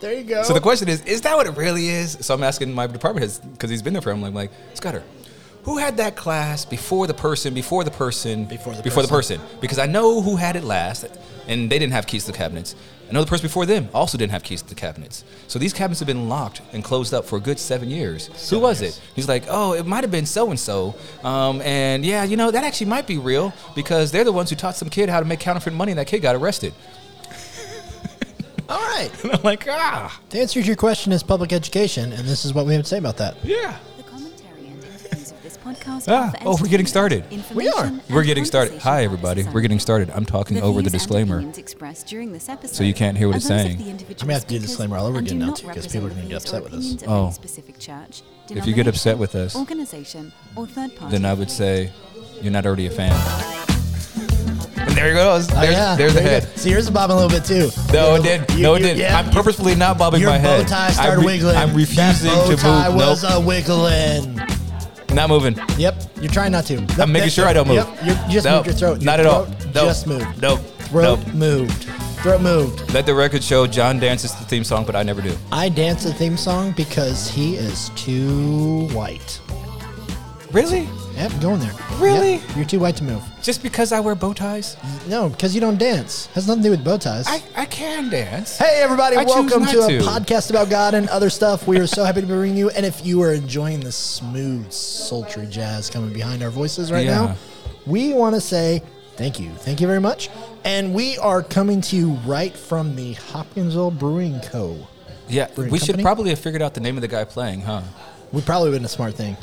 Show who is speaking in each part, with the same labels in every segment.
Speaker 1: There you go.
Speaker 2: So the question is, is that what it really is? So I'm asking my department heads because he's been there for. him. I'm like, Scudder, who had that class before the person, before the person,
Speaker 1: Before the
Speaker 2: person? Because I know who had it last, and they didn't have keys to the cabinets. I know the person before them also didn't have keys to the cabinets. So these cabinets have been locked and closed up for a good seven years. who was it? He's like, oh, it might have been so and so. And yeah, you know that actually might be real because they're the ones who taught some kid how to make counterfeit money, and that kid got arrested.
Speaker 1: All right.
Speaker 2: And I'm like, ah,
Speaker 1: The answer to your question is public education, and this is what we have to say about that.
Speaker 2: yeah.
Speaker 3: The commentary and interviews of this podcast.
Speaker 2: Ah,
Speaker 3: are for
Speaker 2: oh, we're getting
Speaker 3: entertainment,
Speaker 2: started.
Speaker 1: We are.
Speaker 3: information,
Speaker 2: We're
Speaker 3: and
Speaker 2: getting started.
Speaker 3: conversation
Speaker 2: Hi, everybody.
Speaker 3: purposes
Speaker 2: We're
Speaker 3: only.
Speaker 2: getting started. I'm talking over the
Speaker 3: views and
Speaker 2: disclaimer.
Speaker 3: opinions expressed during this episode
Speaker 2: So you can't hear what
Speaker 3: are
Speaker 2: it's
Speaker 3: those of
Speaker 2: saying.
Speaker 3: the
Speaker 2: I'm
Speaker 3: individual
Speaker 1: gonna have to do the
Speaker 3: speakers
Speaker 1: disclaimer all over
Speaker 3: and
Speaker 1: again
Speaker 3: do
Speaker 1: now,
Speaker 3: not
Speaker 1: too, 'cause
Speaker 3: represent
Speaker 1: people are
Speaker 3: the
Speaker 1: gonna get
Speaker 3: views or
Speaker 1: upset with us.
Speaker 3: opinions of
Speaker 2: Oh.
Speaker 3: any specific church,
Speaker 2: If you get upset with us,
Speaker 3: denomination, organization, or third party
Speaker 2: Then I would say, you're not already a fan. And there it goes. There's,
Speaker 1: oh, yeah.
Speaker 2: there's the
Speaker 1: Very
Speaker 2: head.
Speaker 1: good. See, yours is bobbing a little bit too.
Speaker 2: No,
Speaker 1: You-
Speaker 2: it didn't.
Speaker 1: you-
Speaker 2: No, it
Speaker 1: you-
Speaker 2: didn't.
Speaker 1: yeah,
Speaker 2: I'm purposefully not bobbing
Speaker 1: your
Speaker 2: my head.
Speaker 1: bow tie
Speaker 2: I'm
Speaker 1: started
Speaker 2: re-
Speaker 1: wiggling.
Speaker 2: I'm refusing
Speaker 1: that bow
Speaker 2: to
Speaker 1: tie
Speaker 2: move.
Speaker 1: was
Speaker 2: Nope.
Speaker 1: a wiggling.
Speaker 2: Not moving.
Speaker 1: Yep, you're trying not to.
Speaker 2: I'm making sure I don't move.
Speaker 1: Yep, you just
Speaker 2: Nope.
Speaker 1: moved your throat. Your
Speaker 2: Not at all.
Speaker 1: throat
Speaker 2: Nope.
Speaker 1: Just moved.
Speaker 2: Nope.
Speaker 1: Throat
Speaker 2: Nope.
Speaker 1: moved. Throat moved.
Speaker 2: Let the record show John dances the theme song, but I never do.
Speaker 1: I dance the theme song because he is too white.
Speaker 2: Really?
Speaker 1: Yep, going there.
Speaker 2: Really?
Speaker 1: Yep, you're too white to move.
Speaker 2: Just because I wear bow ties?
Speaker 1: No, because you don't dance. Has nothing to do with bow ties.
Speaker 2: I, I can dance.
Speaker 1: Hey everybody!
Speaker 2: I choose
Speaker 1: Welcome
Speaker 2: not
Speaker 1: to a
Speaker 2: to.
Speaker 1: podcast about God and other stuff. We are so happy to be bringing you. And if you are enjoying the smooth, sultry jazz coming behind our voices right
Speaker 2: Yeah.
Speaker 1: now, we want to say thank you, thank you very much. And we are coming to you right from the Hopkinsville Brewing Co.
Speaker 2: Yeah,
Speaker 1: We're a
Speaker 2: we should
Speaker 1: company?
Speaker 2: probably have figured out the name of the guy playing, huh?
Speaker 1: We probably wouldn't a smart thing.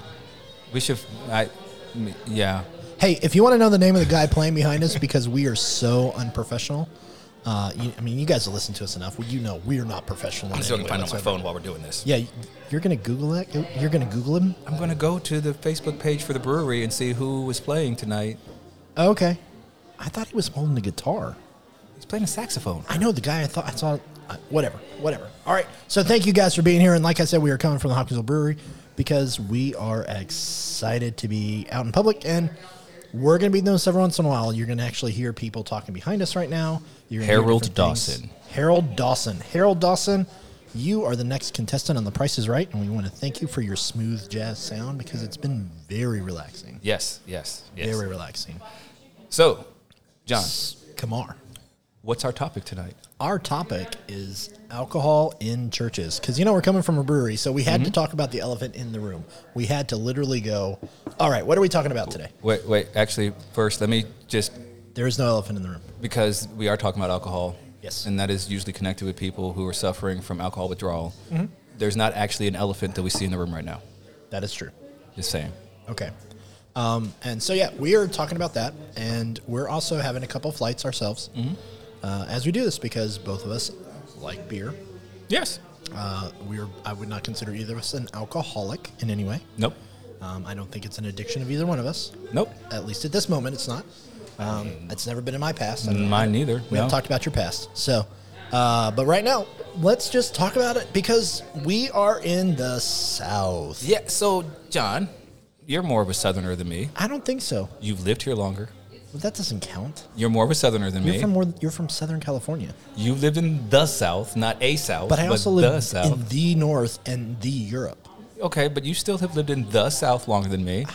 Speaker 2: We should. I. m- Yeah.
Speaker 1: Hey, if you want to know the name of the guy playing behind us, because we are so unprofessional. Uh, you, I mean, you guys have listened to us enough. You know we are not professional. in
Speaker 2: I'm still
Speaker 1: any way
Speaker 2: gonna find out my
Speaker 1: whatsoever.
Speaker 2: phone while we're doing this.
Speaker 1: Yeah, you're gonna Google it. You're gonna Google him.
Speaker 2: I'm gonna go to the Facebook page for the brewery and see who was playing tonight.
Speaker 1: Oh, Okay. I thought he was holding a guitar.
Speaker 2: He's playing a saxophone.
Speaker 1: I know the guy I thought I saw. I- Whatever, whatever. All right. So thank you guys for being here. And like I said, we are coming from the Hopkinsville Brewery because we are excited to be out in public. And we're going to be doing this every once in a while. You're going to actually hear people talking behind us right now. You're gonna hear
Speaker 2: Harold
Speaker 1: different things.
Speaker 2: Dawson.
Speaker 1: Harold Dawson. Harold Dawson, you are the next contestant on The Price is Right. And we want to thank you for your smooth jazz sound because it's been very relaxing.
Speaker 2: Yes, yes, yes.
Speaker 1: Very relaxing.
Speaker 2: So, John,
Speaker 1: Kamar.
Speaker 2: what's our topic tonight?
Speaker 1: our topic is alcohol in churches because you know we're coming from a brewery so we had to talk about the elephant in the room we had to literally go all right what are we talking about today
Speaker 2: Wait, wait. Actually, first, let me just
Speaker 1: there is no elephant in the room
Speaker 2: because we are talking about alcohol.
Speaker 1: Yes.
Speaker 2: And that is usually connected with people who are suffering from alcohol withdrawal. There's not actually an elephant that we see in the room right now.
Speaker 1: that is true
Speaker 2: Just saying.
Speaker 1: okay um, and so yeah we are talking about that and we're also having a couple flights ourselves uh, as we do this because both of us like beer
Speaker 2: Yes.
Speaker 1: uh, we're i would not consider either of us an alcoholic in any way
Speaker 2: Nope.
Speaker 1: um, i don't think it's an addiction of either one of us
Speaker 2: Nope.
Speaker 1: At least at this moment, it's not. Um, it's never been in my past. I don't-
Speaker 2: Mine neither.
Speaker 1: We
Speaker 2: no.
Speaker 1: haven't talked about your past. So, uh, but right now, let's just talk about it because we are in the South.
Speaker 2: Yeah. So, John, you're more of a Southerner than me.
Speaker 1: I don't think so.
Speaker 2: You've lived here longer.
Speaker 1: Well, that doesn't count.
Speaker 2: You're more of a Southerner than
Speaker 1: You're
Speaker 2: me.
Speaker 1: from more, you're from Southern California,
Speaker 2: You lived in the South, not a South,
Speaker 1: but I also
Speaker 2: the
Speaker 1: live
Speaker 2: South.
Speaker 1: in the North and the Europe.
Speaker 2: okay, but you still have lived in the South longer than me.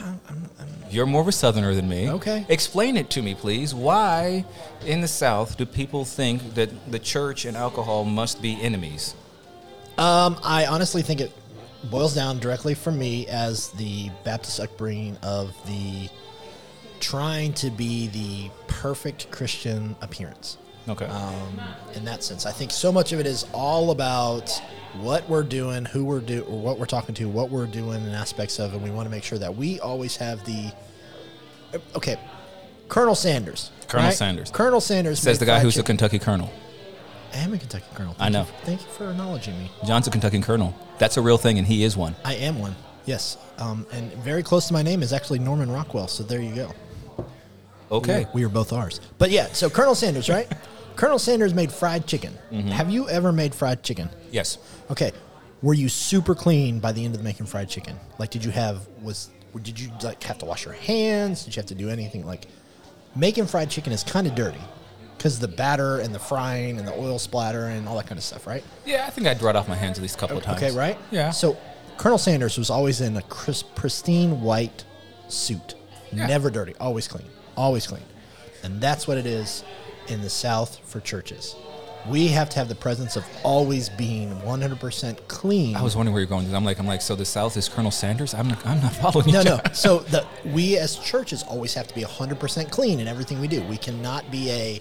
Speaker 2: You're more of a Southerner than me.
Speaker 1: Okay.
Speaker 2: Explain it to me, please. Why in the South do people think that the church and alcohol must be enemies?
Speaker 1: Um, I honestly think it boils down directly for me as the Baptist upbringing of the trying to be the perfect Christian appearance.
Speaker 2: Okay.
Speaker 1: um, in that sense. I think so much of it is all about what we're doing, who we're do, or what we're talking to, what we're doing, and aspects of, and we want to make sure that we always have the. Okay, Colonel Sanders.
Speaker 2: Colonel Sanders.
Speaker 1: Colonel Sanders
Speaker 2: Says
Speaker 1: made
Speaker 2: the guy
Speaker 1: fried
Speaker 2: who's a
Speaker 1: chicken.
Speaker 2: Kentucky Colonel.
Speaker 1: I am a Kentucky Colonel. Thank
Speaker 2: I know.
Speaker 1: You, thank you for acknowledging me.
Speaker 2: John's a Kentucky Colonel. That's a real thing, and he is one.
Speaker 1: I am one. Yes, um, and very close to my name is actually Norman Rockwell. So there you go.
Speaker 2: Okay.
Speaker 1: We are both ours. But yeah, so Colonel Sanders, right? Colonel Sanders made fried chicken.
Speaker 2: Mm-hmm.
Speaker 1: Have you ever made fried chicken?
Speaker 2: Yes.
Speaker 1: Okay. Were you super clean by the end of making fried chicken? Like, did you have was did you like have to wash your hands? Did you have to do anything like making fried chicken is kind of dirty? because the batter and the frying and the oil splatter and all that kind of stuff, right?
Speaker 2: Yeah, I think I dried off my hands at least a couple of times.
Speaker 1: Okay, right?
Speaker 2: Yeah.
Speaker 1: So Colonel Sanders was always in a crisp, pristine white suit,
Speaker 2: Yeah.
Speaker 1: never dirty, always clean, always clean. And that's what it is in the South for churches. We have to have the presence of always being 100% clean.
Speaker 2: I was wondering where you're going. with this. I'm like, I'm like, so the South is Colonel Sanders. I'm, I'm not following.
Speaker 1: no,
Speaker 2: you.
Speaker 1: no. So the we as churches always have to be 100% clean in everything we do. We cannot be a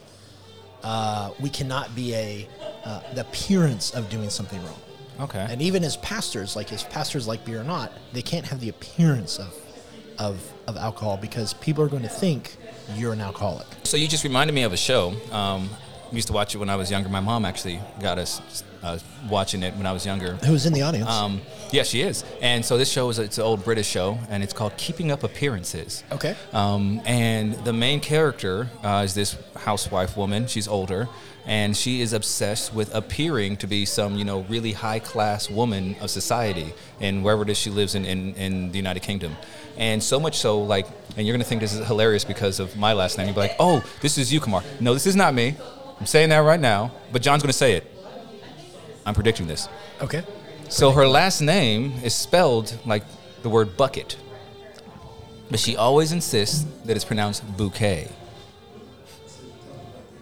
Speaker 1: uh, we cannot be a uh, the appearance of doing something wrong.
Speaker 2: Okay.
Speaker 1: and even as pastors, like as pastors like beer or not, they can't have the appearance of of of alcohol because people are going to think you're an alcoholic.
Speaker 2: So you just reminded me of a show. Um, I used to watch it when I was younger. My mom actually got us uh, watching it when I was younger.
Speaker 1: Who's in the audience?
Speaker 2: Um, yeah, she is. And so this show is it's an old British show, and it's called Keeping Up Appearances.
Speaker 1: Okay.
Speaker 2: Um, and the main character uh, is this housewife woman. She's older, and she is obsessed with appearing to be some you know really high class woman of society in wherever it is she lives in, in in the United Kingdom. And so much so, like, and you're gonna think this is hilarious because of my last name. You'll be like, oh, this is you, Kumar. No, this is not me. I'm saying that right now, but John's gonna say it. I'm predicting this.
Speaker 1: okay.
Speaker 2: So her last name is spelled like the word bucket, but she always insists that it's pronounced bouquet.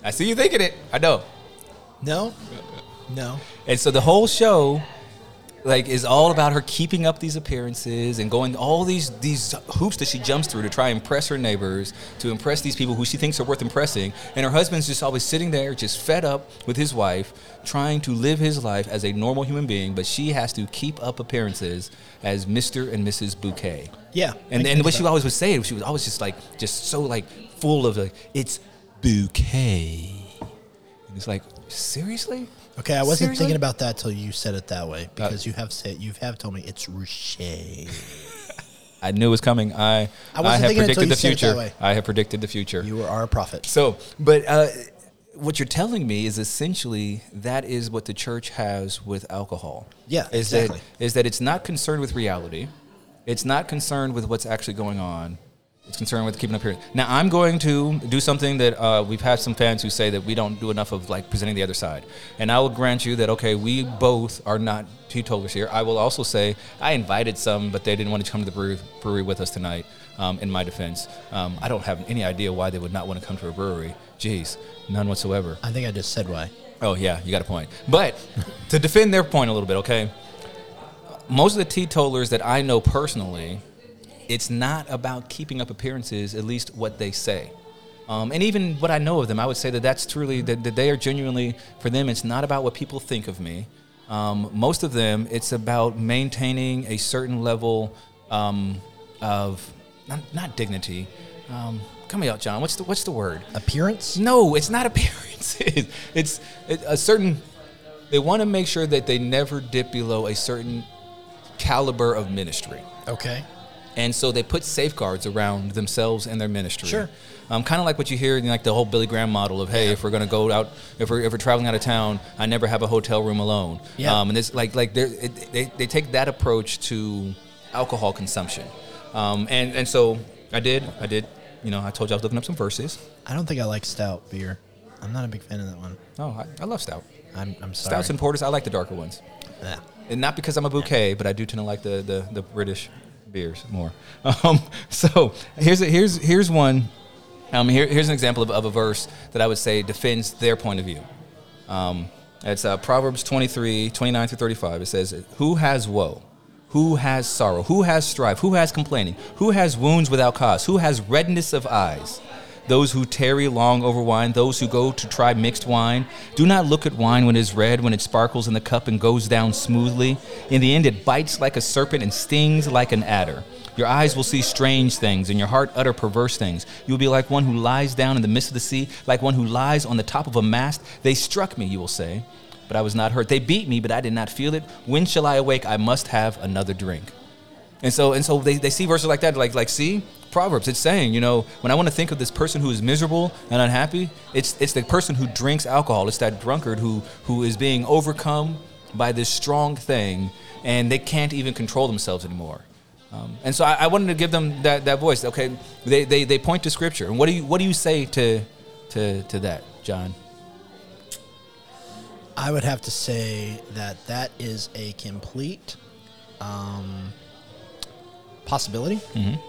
Speaker 2: I see you thinking it. I know.
Speaker 1: No. No.
Speaker 2: And so the whole show, like, is all about her keeping up these appearances and going all these these hoops that she jumps through to try and impress her neighbors, to impress these people who she thinks are worth impressing. And her husband's just always sitting there, just fed up with his wife, trying to live his life as a normal human being, but she has to keep up appearances as Mr. and Mrs. Bouquet.
Speaker 1: Yeah. I
Speaker 2: And
Speaker 1: can
Speaker 2: and the way
Speaker 1: think
Speaker 2: she
Speaker 1: about
Speaker 2: always would say it, she was always just like just so like full of like it's bouquet. And it's like, seriously?
Speaker 1: Okay, I wasn't
Speaker 2: Seriously?
Speaker 1: thinking about that till you said it that
Speaker 2: Uh,
Speaker 1: way because you have said you have told me it's Ruchet.
Speaker 2: I knew it was coming. I
Speaker 1: I
Speaker 2: I,
Speaker 1: wasn't
Speaker 2: have
Speaker 1: thinking it until
Speaker 2: predicted
Speaker 1: you
Speaker 2: the
Speaker 1: said it that way.
Speaker 2: future. I have predicted the future.
Speaker 1: You are a prophet.
Speaker 2: So, but uh, what you're telling me is essentially that is what the church has with alcohol.
Speaker 1: Yeah,
Speaker 2: is
Speaker 1: exactly.
Speaker 2: that is that it's not concerned with reality, it's not concerned with what's actually going on. It's concerned with keeping up here. Now I'm going to do something that uh, we've had some fans who say that we don't do enough of, like presenting the other side. And I will grant you that okay, we both are not teetotalers here. I will also say I invited some, but they didn't want to come to the brewery, brewery with us tonight. Um, in my defense, um, I don't have any idea why they would not want to come to a brewery. Jeez, none whatsoever.
Speaker 1: I think I just said why.
Speaker 2: Oh yeah, you got a point. But to defend their point a little bit, okay. Most of the teetotalers that I know personally, it's not about keeping up appearances. At least what they say, um, and even what I know of them, I would say that that's truly that, that they are genuinely for them. It's not about what people think of me. Um, most of them, it's about maintaining a certain level um, of not, not dignity. Um, come out, John. What's the what's the word?
Speaker 1: Appearance?
Speaker 2: No, it's not appearances. It's it, a certain. They want to make sure that they never dip below a certain caliber of ministry,
Speaker 1: Okay.
Speaker 2: and so they put safeguards around themselves and their ministry.
Speaker 1: Sure.
Speaker 2: Um, kind of like what you hear, in like the whole Billy Graham model of, hey, if we're going to go out, if we're, if we're traveling out of town, I never have a hotel room alone.
Speaker 1: Yeah.
Speaker 2: Um, and it's like like they're- it, they they take that approach to alcohol consumption, um, and and so I did I did you know I told you I was looking up some verses.
Speaker 1: I don't think I like stout beer. I'm not a big fan of that one.
Speaker 2: Oh, I, I love stout.
Speaker 1: I'm, I'm sorry.
Speaker 2: Stouts and porters, I like the darker ones.
Speaker 1: Yeah.
Speaker 2: And not because I'm a bouquet, but I do tend to like the, the, the British beers more. Um, so here's, a, here's, here's one. Um, here, here's an example of, of a verse that I would say defends their point of view. Um, it's uh, Proverbs 23, 29 through 35. It says, Who has woe? Who has sorrow? Who has strife? Who has complaining? Who has wounds without cause? Who has redness of eyes? Those who tarry long over wine, those who go to try mixed wine. Do not look at wine when it is red, when it sparkles in the cup and goes down smoothly. In the end, it bites like a serpent and stings like an adder. Your eyes will see strange things, and your heart utter perverse things. You will be like one who lies down in the midst of the sea, like one who lies on the top of a mast. They struck me, you will say, but I was not hurt. They beat me, but I did not feel it. When shall I awake? I must have another drink. And so, and so they, they see verses like that, like, like, see, Proverbs, it's saying, you know, when I want to think of this person who is miserable and unhappy, it's, it's the person who drinks alcohol. It's that drunkard who, who is being overcome by this strong thing and they can't even control themselves anymore. Um, and so I, I wanted to give them that, that voice. Okay, they, they, they point to scripture. And what do you, what do you say to, to, to that? John?
Speaker 1: I would have to say that that is a complete um, possibility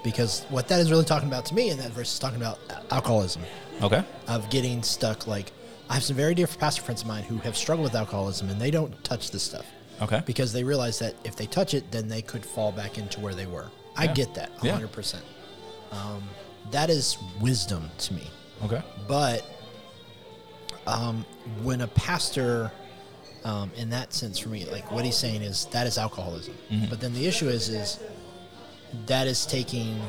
Speaker 1: because what that is really talking about to me in that verse is talking about a- alcoholism,
Speaker 2: Okay.
Speaker 1: of getting stuck. Like, I have some very dear pastor friends of mine who have struggled with alcoholism and they don't touch this stuff
Speaker 2: Okay.
Speaker 1: because they realize that if they touch it, then they could fall back into where they were. I
Speaker 2: Yeah.
Speaker 1: get that
Speaker 2: Yeah.
Speaker 1: 100%. Um, that is wisdom to me
Speaker 2: Okay.
Speaker 1: but um, when a pastor um, in that sense for me like what he's saying is that is alcoholism
Speaker 2: Mm-hmm.
Speaker 1: but then the issue is is that is taking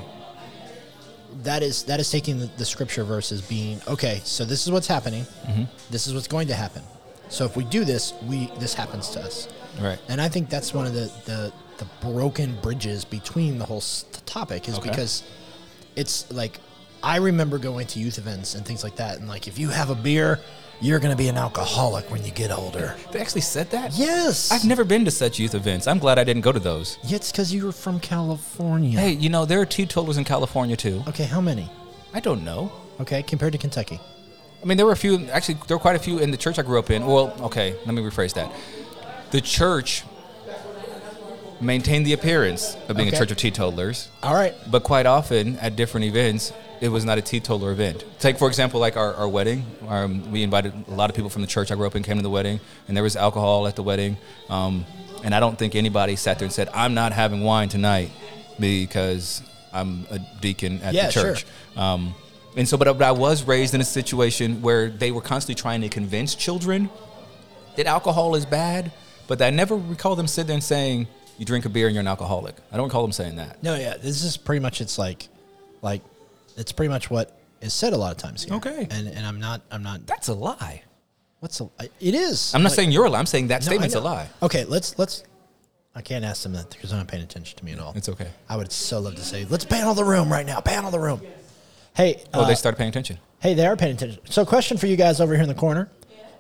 Speaker 1: that is that is taking the, the scripture verses being okay so this is what's happening
Speaker 2: Mm-hmm.
Speaker 1: this is what's going to happen so if we do this we this happens to us
Speaker 2: Right.
Speaker 1: and I think that's one of the the, the broken bridges between the whole s- topic is
Speaker 2: Okay.
Speaker 1: because it's like I remember going to youth events and things like that, and like if you have a beer, you're gonna be an alcoholic when you get older.
Speaker 2: They actually said that?
Speaker 1: Yes,
Speaker 2: I've never been to such youth events. I'm glad I didn't go to those.
Speaker 1: It's because you were from California.
Speaker 2: Hey, you know, there are teetotalers in California too.
Speaker 1: Okay, how many?
Speaker 2: I don't know.
Speaker 1: Okay, compared to Kentucky.
Speaker 2: I mean, there were a few, actually, there were quite a few in the church I grew up in. Well, okay, let me rephrase that. The church maintained the appearance of being
Speaker 1: Okay.
Speaker 2: a church of teetotalers,
Speaker 1: All right.
Speaker 2: but quite often at different events, it was not a teetotaler event. Take, for example, like our, our wedding. Um, we invited a lot of people from the church I grew up in came to the wedding, and there was alcohol at the wedding. Um, and I don't think anybody sat there and said, I'm not having wine tonight because I'm a deacon at
Speaker 1: Yeah,
Speaker 2: the
Speaker 1: sure.
Speaker 2: church. Um, and so, but I, but I was raised in a situation where they were constantly trying to convince children that alcohol is bad, but I never recall them sitting there and saying, you drink a beer and you're an alcoholic. I don't recall them saying that.
Speaker 1: No, yeah, this is pretty much it's like, like, it's pretty much what is said a lot of times here.
Speaker 2: Okay.
Speaker 1: and and I'm not I'm not
Speaker 2: That's a lie.
Speaker 1: what's a, it is.
Speaker 2: I'm not
Speaker 1: Like-
Speaker 2: saying you're a lie. I'm saying that
Speaker 1: No, I
Speaker 2: statement's a
Speaker 1: know.
Speaker 2: lie.
Speaker 1: Okay, let's let's. I can't ask them that because they're not paying attention to me at all.
Speaker 2: It's okay.
Speaker 1: I would so love to say, let's panel the room right now. Panel the room. Hey,
Speaker 2: Oh,
Speaker 1: uh,
Speaker 2: they started paying attention.
Speaker 1: hey, they are paying attention. So, question for you guys over here in the corner: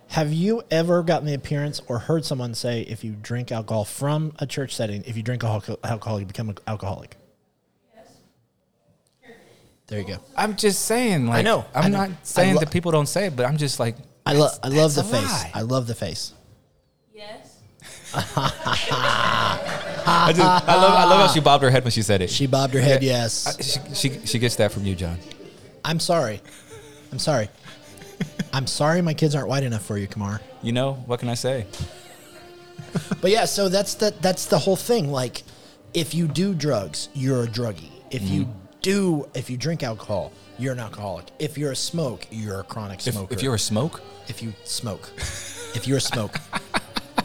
Speaker 1: Have you ever gotten the appearance or heard someone say, if you drink alcohol from a church setting, if you drink alcohol, alcohol you become an alcoholic? There you go.
Speaker 2: I'm just saying, like,
Speaker 1: I know.
Speaker 2: I'm
Speaker 1: I know.
Speaker 2: not
Speaker 1: I
Speaker 2: saying
Speaker 1: lo-
Speaker 2: that people don't say it, but I'm just like,
Speaker 1: I love I love the
Speaker 2: that's a
Speaker 1: face.
Speaker 2: lie.
Speaker 1: I love the face.
Speaker 4: Yes.
Speaker 2: I, just, I love, I love how she bobbed her head when she said it.
Speaker 1: She bobbed her head.
Speaker 2: Yeah.
Speaker 1: Yes.
Speaker 2: I- she, she, she gets that from you, John.
Speaker 1: I'm sorry. I'm sorry. I'm sorry my kids aren't white enough for you, Kamar.
Speaker 2: You know what can I say?
Speaker 1: But yeah, so that's the that's the whole thing. Like if you do drugs, you're a druggie. If you
Speaker 2: Mm-hmm.
Speaker 1: do if you drink alcohol, you're an alcoholic. If you're a smoke, you're a chronic
Speaker 2: If,
Speaker 1: smoker.
Speaker 2: if you're a smoke,
Speaker 1: if you smoke. if you're a smoke.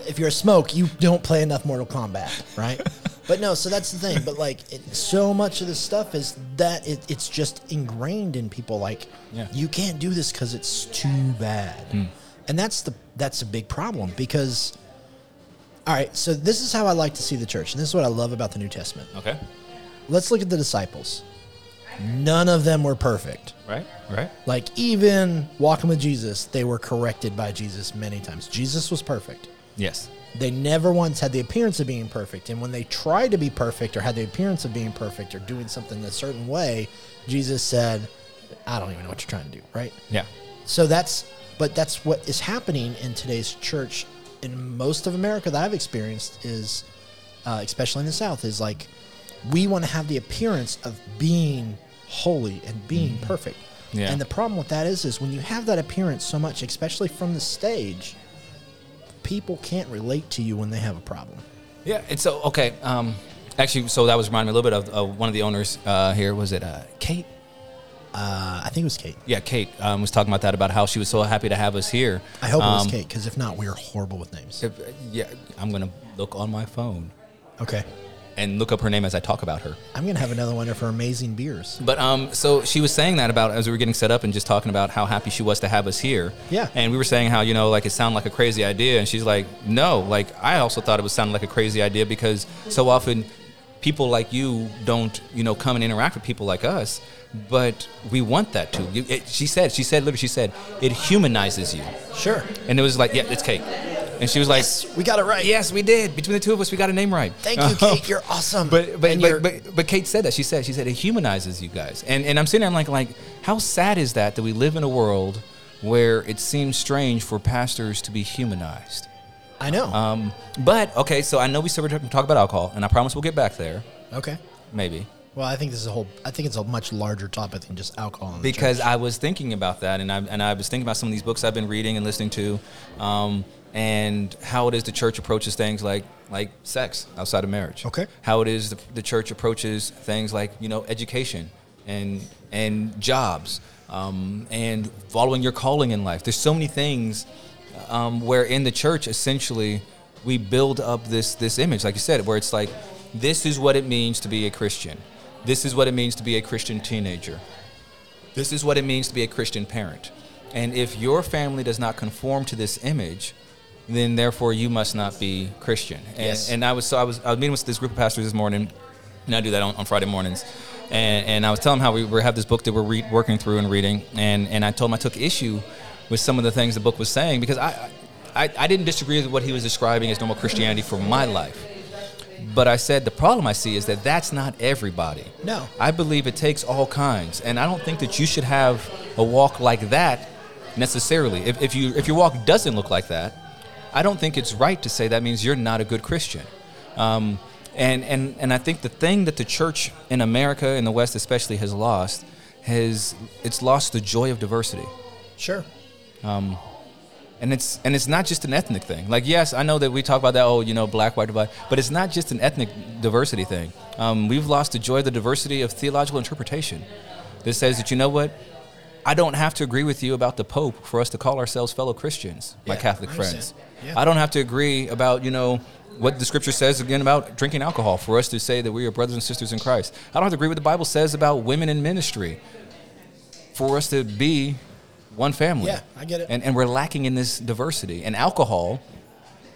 Speaker 1: if you're a smoke, you don't play enough Mortal Kombat, right? But no, so that's the thing. But like, it, so much of this stuff is that it, it's just ingrained in people. Like,
Speaker 2: Yeah.
Speaker 1: you can't do this because it's too bad, and that's the that's a big problem because. All right, so this is how I like to see the church, and this is what I love about the New Testament.
Speaker 2: okay,
Speaker 1: Let's look at the disciples. None of them were perfect.
Speaker 2: right, right,
Speaker 1: Like even walking with Jesus, they were corrected by Jesus many times. Jesus was perfect.
Speaker 2: yes,
Speaker 1: They never once had the appearance of being perfect. And when they tried to be perfect or had the appearance of being perfect or doing something a certain way, Jesus said, I don't even know what you're trying to do, right?
Speaker 2: yeah,
Speaker 1: So that's but that's what is happening in today's church in most of America that I've experienced is uh, especially in the South is like we want to have the appearance of being holy and being perfect.
Speaker 2: Mm-hmm. Yeah.
Speaker 1: And the problem with that is is when you have that appearance so much, especially from the stage, people can't relate to you when they have a problem.
Speaker 2: yeah. And so, okay, um, actually, so that was reminding me a little bit of uh, one of the owners uh, here. Was it uh, Kate?
Speaker 1: Uh, I think it was Kate.
Speaker 2: Yeah, Kate um, was talking about that about how she was so happy to have us here.
Speaker 1: I hope it was
Speaker 2: Um,
Speaker 1: Kate because if not, we are horrible with names.
Speaker 2: if- uh, yeah, I'm gonna look on my phone
Speaker 1: Okay.
Speaker 2: and look up her name as I talk about her.
Speaker 1: I'm going to have another one of her amazing beers.
Speaker 2: But um, so she was saying that about as we were getting set up and just talking about how happy she was to have us here.
Speaker 1: Yeah.
Speaker 2: And we were saying how you know like it sounded like a crazy idea, and she's like, no, like I also thought it was sounding like a crazy idea because so often people like you don't you know come and interact with people like us, but we want that too. You- It, she said, she said literally, she said it humanizes you,
Speaker 1: Sure.
Speaker 2: and it was like, yeah, it's cake, and she was like.
Speaker 1: We got it right.
Speaker 2: Yes, we did. Between the two of us, we got a name right.
Speaker 1: Thank you, Kate. You're awesome.
Speaker 2: Oh. But but,
Speaker 1: And you're-
Speaker 2: but, but but Kate said that she said she said it humanizes you guys, and and I'm sitting there I'm like like how sad is that that we live in a world where it seems strange for pastors to be humanized.
Speaker 1: I know.
Speaker 2: Um, but okay, so I know we said we're going to talk about alcohol, and I promise we'll get back there,
Speaker 1: okay.
Speaker 2: maybe,
Speaker 1: Well, I think this is a whole. I think it's a much larger topic than just alcohol. In the
Speaker 2: because
Speaker 1: church.
Speaker 2: I was thinking about that, and I and I was thinking about some of these books I've been reading and listening to, um, and how it is the church approaches things like like sex outside of marriage.
Speaker 1: Okay.
Speaker 2: How it is the, the church approaches things like you know education and and jobs um, and following your calling in life. There's so many things um, where in the church essentially we build up this this image, like you said, where it's like this is what it means to be a Christian. This is what it means to be a Christian teenager. This is what it means to be a Christian parent. And if your family does not conform to this image, then therefore you must not be Christian. And,
Speaker 1: Yes.
Speaker 2: and I was so I was I was meeting with this group of pastors this morning, and I do that on, on Friday mornings. And, and I was telling them how we were, have this book that we're re- working through and reading, and, and I told them I took issue with some of the things the book was saying because I, I, I didn't disagree with what he was describing as normal Christianity for my life. But I said the problem I see is that that's not everybody.
Speaker 1: No.
Speaker 2: I believe it takes all kinds, and I don't think that you should have a walk like that necessarily. If, if you if your walk doesn't look like that, I don't think it's right to say that means you're not a good Christian. Um, and and and I think the thing that the church in America in the West especially has lost has it's lost the joy of diversity
Speaker 1: sure.
Speaker 2: and it's and it's not just an ethnic thing. Like yes, I know that we talk about that. Oh, you know, black white divide, but it's not just an ethnic diversity thing. Um, we've lost the joy of the diversity of theological interpretation. That says that you know what. I don't have to agree with you about the Pope for us to call ourselves fellow Christians, my
Speaker 1: Yeah,
Speaker 2: Catholic
Speaker 1: I
Speaker 2: friends.
Speaker 1: understand. Yeah.
Speaker 2: I don't have to agree about, you know, what the scripture says again about drinking alcohol for us to say that we are brothers and sisters in Christ. I don't have to agree with what the Bible says about women in ministry for us to be one family.
Speaker 1: Yeah, I get it.
Speaker 2: And, and we're lacking in this diversity. And alcohol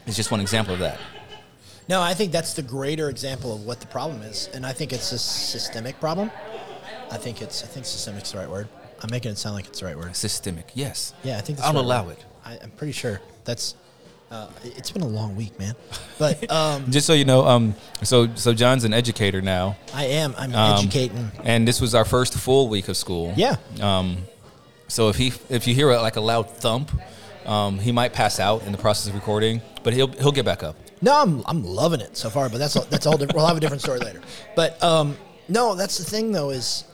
Speaker 2: is just one example of that.
Speaker 1: No, I think that's the greater example of what the problem is, and I think it's a systemic problem. I think it's. I think systemic's the right word. I'm making it sound like it's the right word.
Speaker 2: Systemic, yes.
Speaker 1: Yeah, I think that's
Speaker 2: I'll
Speaker 1: the right
Speaker 2: allow
Speaker 1: word.
Speaker 2: it.
Speaker 1: I, I'm pretty sure that's. Uh, it's been a long week, man. But um,
Speaker 2: Just so you know, um, so so John's an educator now.
Speaker 1: I am. I'm
Speaker 2: Um,
Speaker 1: educating.
Speaker 2: And this was our first full week of school.
Speaker 1: Yeah.
Speaker 2: Um, so if he if you hear like a loud thump, um, he might pass out in the process of recording, but he'll he'll get back up.
Speaker 1: No, I'm, I'm loving it so far, but that's a, that's a whole different. We'll have a different story later. But um, no, that's the thing though is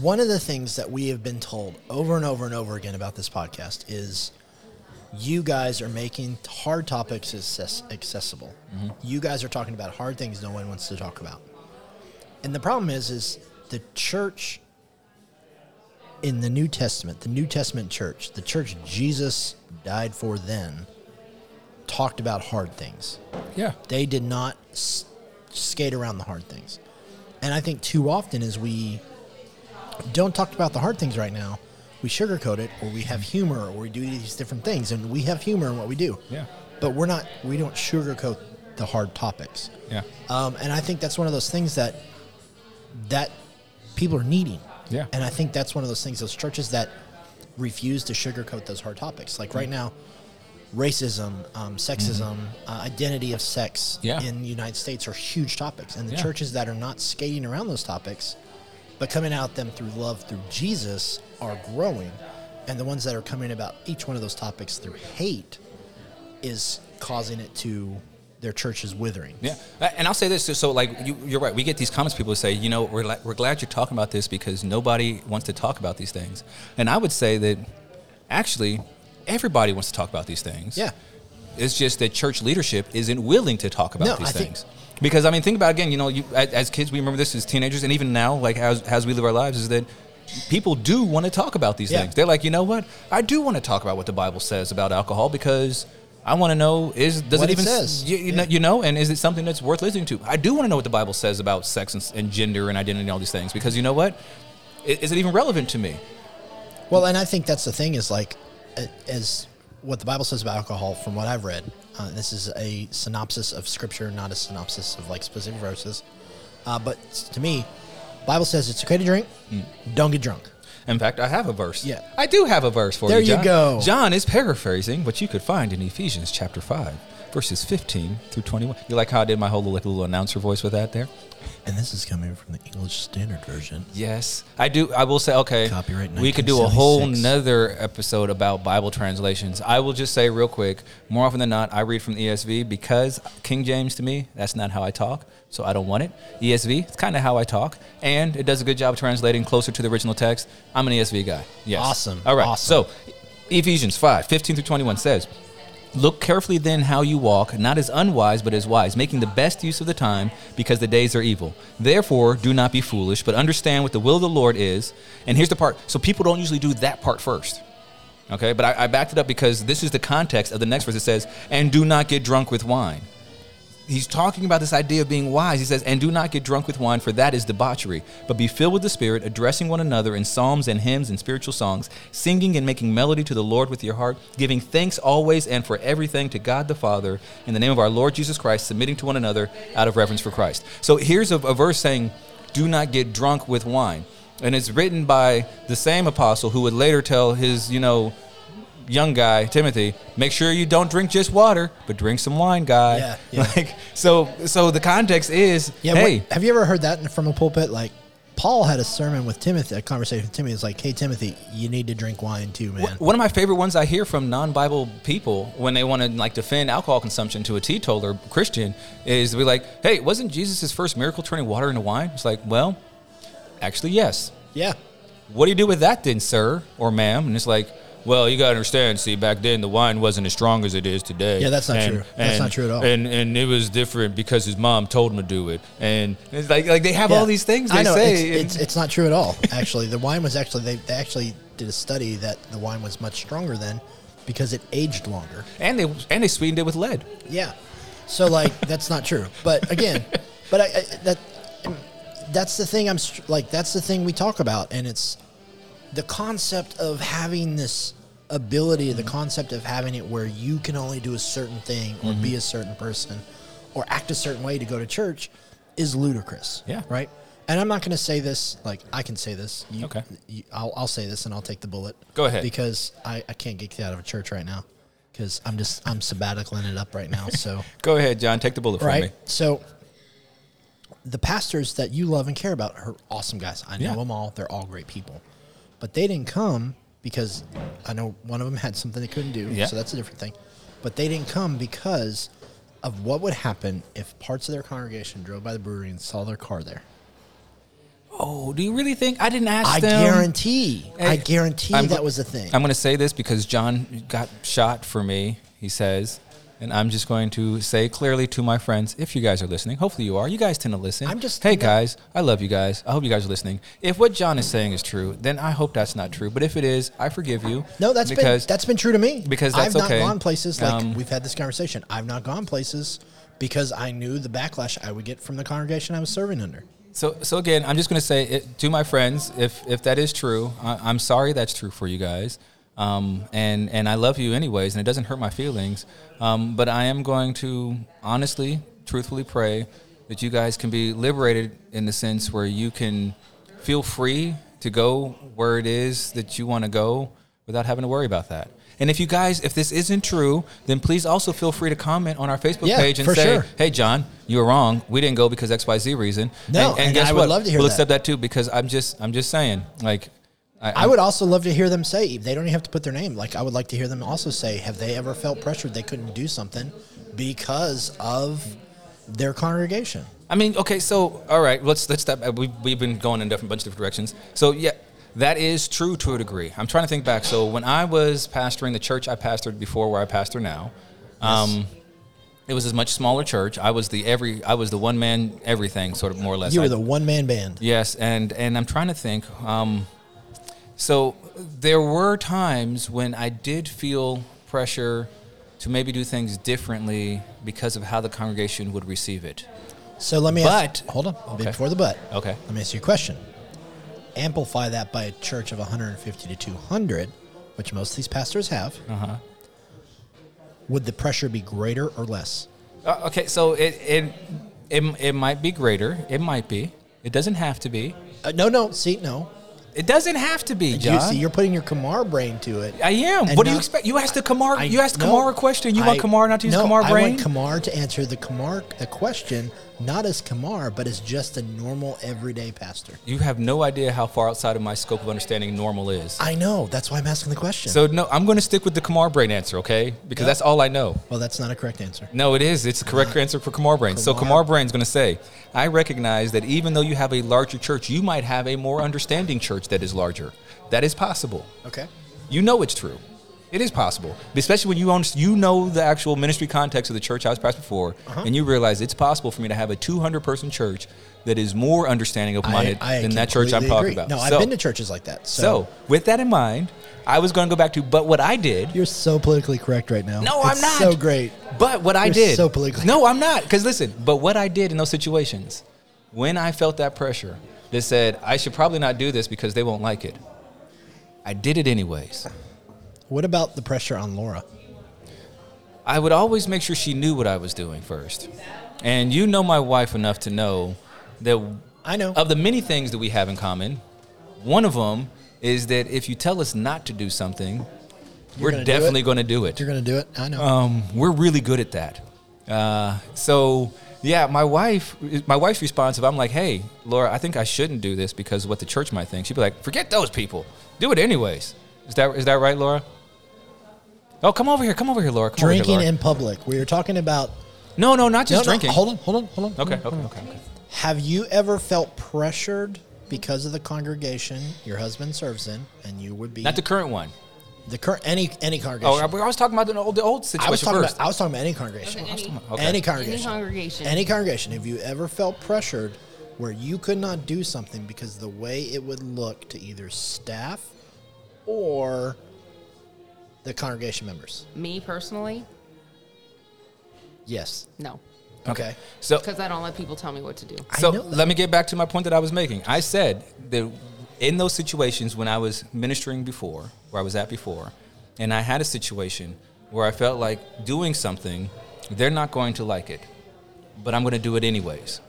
Speaker 1: one of the things that we have been told over and over and over again about this podcast is you guys are making hard topics access- accessible. You guys are talking about hard things no one wants to talk about, and the problem is is the church in the New Testament, the New Testament church, the church Jesus died for then talked about hard things.
Speaker 2: Yeah.
Speaker 1: They did not s- skate around the hard things. And I think too often is we don't talk about the hard things right now. We sugarcoat it or we have humor or we do these different things and we have humor in what we do.
Speaker 2: Yeah.
Speaker 1: But we're not we don't sugarcoat the hard topics.
Speaker 2: Yeah.
Speaker 1: Um, and I think that's one of those things that that people are needing.
Speaker 2: Yeah.
Speaker 1: And I think that's one of those things, those churches that refuse to sugarcoat those hard topics. Like
Speaker 2: Mm.
Speaker 1: right now, racism, um, sexism, uh, identity of sex
Speaker 2: Mm-hmm. Yeah.
Speaker 1: in the United States are huge topics. And the
Speaker 2: Yeah.
Speaker 1: churches that are not skating around those topics, but coming out them through love through Jesus are growing. And the ones that are coming about each one of those topics through hate is causing it to their churches withering.
Speaker 2: Yeah, Uh, and I'll say this. so- So, like, you, you're right. We get these comments. People say, you know, we're, la- we're glad you're talking about this because nobody wants to talk about these things. And I would say that actually, everybody wants to talk about these things.
Speaker 1: Yeah.
Speaker 2: It's just that church leadership isn't willing to talk about
Speaker 1: No,
Speaker 2: these
Speaker 1: I think-
Speaker 2: things. because I mean, think about again. You know, you, as, as kids, we remember this as teenagers, and even now, like as as we live our lives, is that people do want to talk about these
Speaker 1: Yeah.
Speaker 2: things. They're like, you know what? I do want to talk about what the Bible says about alcohol because. I want to know is does
Speaker 1: What
Speaker 2: it
Speaker 1: it
Speaker 2: even s-
Speaker 1: says.
Speaker 2: You, you
Speaker 1: Yeah.
Speaker 2: know, you know, and is it something that's worth listening to? I do want to know what the Bible says about sex and, s- and gender and identity and all these things because you know what? I- Is it even relevant to me?
Speaker 1: Well, and I think that's the thing is like, a- as what the Bible says about alcohol, from what I've read, uh, this is a synopsis of scripture, not a synopsis of like specific Mm. verses. Uh, but s- to me, Bible says it's okay to drink, don't get drunk.
Speaker 2: In fact, I have a verse.
Speaker 1: Yeah.
Speaker 2: I do have a verse for
Speaker 1: There
Speaker 2: you.
Speaker 1: you
Speaker 2: John.
Speaker 1: go.
Speaker 2: John is paraphrasing what you could find in Ephesians chapter five, verses fifteen through twenty-one. You like how I did my whole like little announcer voice with that there?
Speaker 1: And this is coming from the English Standard Version.
Speaker 2: Yes, I do. I will say, okay,
Speaker 1: Copyright
Speaker 2: we could do a whole
Speaker 1: 1976.
Speaker 2: nother episode about Bible translations. I will just say real quick, more often than not, I read from the ESV because King James to me, that's not how I talk, so I don't want it. ESV, it's kind of how I talk, and it does a good job translating closer to the original text. I'm an ESV guy. Yes.
Speaker 1: Awesome.
Speaker 2: All right.
Speaker 1: Awesome.
Speaker 2: So, E-, Ephesians 5, 15 through 21 says, Look carefully then how you walk, not as unwise, but as wise, making the best use of the time, because the days are evil. Therefore, do not be foolish, but understand what the will of the Lord is. And here's the part so people don't usually do that part first. Okay, but I, I backed it up because this is the context of the next verse. It says, And do not get drunk with wine. He's talking about this idea of being wise. He says, And do not get drunk with wine, for that is debauchery, but be filled with the Spirit, addressing one another in psalms and hymns and spiritual songs, singing and making melody to the Lord with your heart, giving thanks always and for everything to God the Father, in the name of our Lord Jesus Christ, submitting to one another out of reverence for Christ. So here's a, a verse saying, Do not get drunk with wine. And it's written by the same apostle who would later tell his, you know, young guy, Timothy, make sure you don't drink just water, but drink some wine, guy.
Speaker 1: Yeah, yeah.
Speaker 2: Like so so the context is
Speaker 1: Yeah.
Speaker 2: hey,
Speaker 1: what- have you ever heard that from a pulpit? Like, Paul had a sermon with Timothy, a conversation with Timothy. It's like, hey, Timothy, you need to drink wine too, man.
Speaker 2: one of my favorite ones I hear from non-Bible people when they want to like defend alcohol consumption to a teetotaler Christian is to be like, "Hey, wasn't Jesus' first miracle turning water into wine?" It's like, "Well, actually, yes."
Speaker 1: Yeah.
Speaker 2: what do you do with that then, sir or ma'am? And it's like, well, you gotta understand. See, back then the wine wasn't as strong as it is today.
Speaker 1: Yeah, that's not
Speaker 2: And-
Speaker 1: true. That's
Speaker 2: and-
Speaker 1: not true at all.
Speaker 2: And and it was different because his mom told him to do it. And it's like like they have
Speaker 1: Yeah.
Speaker 2: all these things they
Speaker 1: I know,
Speaker 2: say. and-
Speaker 1: It's, it's, it's not true at all, actually. the wine was actually, they, they actually did a study that the wine was much stronger then because it aged longer.
Speaker 2: and they and they sweetened it with lead.
Speaker 1: Yeah. So like that's not true. But again, but I, I that that's the thing I'm str- like that's the thing we talk about and it's the concept of having this ability,
Speaker 2: Mm-hmm.
Speaker 1: the concept of having it where you can only do a certain thing or
Speaker 2: Mm-hmm.
Speaker 1: be a certain person or act a certain way to go to church is ludicrous.
Speaker 2: Yeah.
Speaker 1: Right? And I'm not going to say this like I can say this. You,
Speaker 2: Okay.
Speaker 1: You, I'll, I'll say this and I'll take the bullet.
Speaker 2: Go ahead.
Speaker 1: Because I, I can't get out of a church right now because I'm just I'm sabbaticaling it up right now. So
Speaker 2: Go ahead, John, take the bullet for me.
Speaker 1: right. So the pastors that you love and care about are awesome guys. I know
Speaker 2: Yeah.
Speaker 1: them all. They're all great people. But they didn't come because I know one of them had something they couldn't do.
Speaker 2: Yeah.
Speaker 1: So that's a different thing. But they didn't come because of what would happen if parts of their congregation drove by the brewery and saw their car there.
Speaker 2: Oh, do you really think I didn't ask
Speaker 1: I
Speaker 2: them?
Speaker 1: guarantee. I
Speaker 2: Hey,
Speaker 1: guarantee
Speaker 2: I'm-
Speaker 1: that was a thing.
Speaker 2: I'm going to say this because John got shot for me, he says. And I'm just going to say clearly to my friends, if you guys are listening, hopefully you are. You guys tend to listen.
Speaker 1: I'm just-
Speaker 2: hey guys, I love you guys. I hope you guys are listening. If what John is saying is true, then I hope that's not true. But if it is, I forgive you.
Speaker 1: No, that's
Speaker 2: because
Speaker 1: been that's been true to me.
Speaker 2: because
Speaker 1: I've
Speaker 2: that's
Speaker 1: not
Speaker 2: okay.
Speaker 1: gone places like
Speaker 2: Um,
Speaker 1: we've had this conversation. I've not gone places because I knew the backlash I would get from the congregation I was serving under.
Speaker 2: So, so again, I'm just going to say it, to my friends, if if that is true, I, I'm sorry that's true for you guys, um, and and I love you anyways, and it doesn't hurt my feelings, um, but I am going to honestly, truthfully pray that you guys can be liberated in the sense where you can feel free to go where it is that you want to go without having to worry about that. And if you guys, if this isn't true, then please also feel free to comment on our Facebook
Speaker 1: Yeah,
Speaker 2: page and
Speaker 1: for
Speaker 2: say,
Speaker 1: sure.
Speaker 2: hey john you were wrong we didn't go because xyz reason
Speaker 1: No, and I would love to hear
Speaker 2: we'll
Speaker 1: that.
Speaker 2: accept that too because i'm just i'm just saying like
Speaker 1: I would also love to hear them say they don't even have to put their name. Like I would like to hear them also say, have they ever felt pressured they couldn't do something because of their congregation?
Speaker 2: I mean, okay, so all right, let's let's step. uh, We've, we've been going in a different bunch of different directions. So yeah, that is true to a degree. I'm trying to think back. So when I was pastoring the church I pastored before, where I pastor now, um, it was a much smaller church. I was the every I was the one man everything sort of more or less.
Speaker 1: You
Speaker 2: I-
Speaker 1: were the one man band.
Speaker 2: Yes, and and I'm trying to think. Um, so there were times when I did feel pressure to maybe do things differently because of how the congregation would receive it.
Speaker 1: So let me ask.
Speaker 2: But-
Speaker 1: Hold on.
Speaker 2: Okay.
Speaker 1: Before the but.
Speaker 2: Okay.
Speaker 1: Let me ask you a question. Amplify that by a church of 150 to 200, which most of these pastors have.
Speaker 2: Uh-huh.
Speaker 1: Would the pressure be greater or less?
Speaker 2: Uh, okay, so it, it it it might be greater. It might be. It doesn't have to be.
Speaker 1: Uh, no, no. See, no.
Speaker 2: It doesn't have to be,
Speaker 1: You
Speaker 2: John.
Speaker 1: see, you're putting your Kamar brain to it.
Speaker 2: I am.
Speaker 1: And
Speaker 2: what do you
Speaker 1: not-
Speaker 2: expect? You asked the Kamar.
Speaker 1: I-
Speaker 2: you asked
Speaker 1: no,
Speaker 2: Kamar a question. You want
Speaker 1: I-
Speaker 2: Kamar not to use
Speaker 1: no,
Speaker 2: Kamar
Speaker 1: I
Speaker 2: brain?
Speaker 1: want Kamar to answer the Kamar a question, not as Kamar, but as just a normal everyday pastor.
Speaker 2: you have no idea how far outside of my scope of understanding normal is.
Speaker 1: I know. That's why I'm asking the question.
Speaker 2: so no, I'm going to stick with the Kamar brain answer, okay? Because that's all I know.
Speaker 1: well, that's not a correct answer.
Speaker 2: No, it is. It's the correct answer for Kamar Brain. So
Speaker 1: Kamar-
Speaker 2: Kamar Brain's going to say, I recognize that even though you have a larger church, you might have a more understanding church that is larger. That is possible.
Speaker 1: Okay.
Speaker 2: You know it's true. It is possible, especially when you own, you know the actual ministry context of the church I was pastor before,
Speaker 1: Uh-huh.
Speaker 2: and you realize it's possible for me to have a 200 person church that is more understanding of minded than that church I'm
Speaker 1: completely
Speaker 2: talking
Speaker 1: agree.
Speaker 2: about.
Speaker 1: No,
Speaker 2: So-
Speaker 1: I've been to churches like that. So,
Speaker 2: so, with that in mind, I was going to go back to, but what I did
Speaker 1: you're so politically correct right now.
Speaker 2: no,
Speaker 1: It's
Speaker 2: I'm not.
Speaker 1: So great.
Speaker 2: But what I
Speaker 1: You're
Speaker 2: did.
Speaker 1: so politically
Speaker 2: No, I'm not. Because listen, but what I did in those situations, when I felt that pressure that said, I should probably not do this because they won't like it, I did it anyways.
Speaker 1: What about the pressure on Laura?
Speaker 2: I would always make sure she knew what I was doing first. And you know my wife enough to know that
Speaker 1: I know.
Speaker 2: of the many things that we have in common, one of them is that if you tell us not to do something,
Speaker 1: gonna
Speaker 2: we're
Speaker 1: do it.
Speaker 2: definitely going to do it.
Speaker 1: You're going to do it. I know.
Speaker 2: um, we're really good at that. Uh, so yeah, my wife, my wife's response if I'm like, "Hey, Laura, I think I shouldn't do this because of what the church might think," she'd be like, "Forget those people. Do it anyways." Is that is that right, Laura? Oh, come over here. Come over here, Laura. Come
Speaker 1: Drinking
Speaker 2: over here, Laura.
Speaker 1: in public. We were talking about.
Speaker 2: no, no, not
Speaker 1: No,
Speaker 2: just
Speaker 1: no,
Speaker 2: drinking.
Speaker 1: hold on. Hold on. Hold on.
Speaker 2: okay,
Speaker 1: hold on,
Speaker 2: okay,
Speaker 1: hold on.
Speaker 2: okay, okay.
Speaker 1: Have you ever felt pressured because of the congregation your husband serves in, and you would be
Speaker 2: Not the current one.
Speaker 1: the current any any congregation?
Speaker 2: Oh, I I was talking about the old, the old situation
Speaker 1: I was talking
Speaker 2: first.
Speaker 1: about I was talking about any congregation.
Speaker 4: Okay,
Speaker 1: I was
Speaker 4: any-
Speaker 1: talking about-
Speaker 2: okay.
Speaker 1: Any
Speaker 2: Any
Speaker 1: congregation.
Speaker 4: congregation.
Speaker 1: Any congregation. Have you ever felt pressured where you could not do something because the way it would look to either staff or the congregation members?
Speaker 4: Me personally,
Speaker 1: Yes.
Speaker 4: no,
Speaker 1: Okay.
Speaker 2: so
Speaker 4: because I don't let people tell me what to do.
Speaker 1: I
Speaker 2: So
Speaker 1: know that.
Speaker 2: let me get back to my point that I was making. I said that in those situations when I was ministering before, where I was at before, and I had a situation where I felt like doing something, they're not going to like it, but I'm going to do it anyways.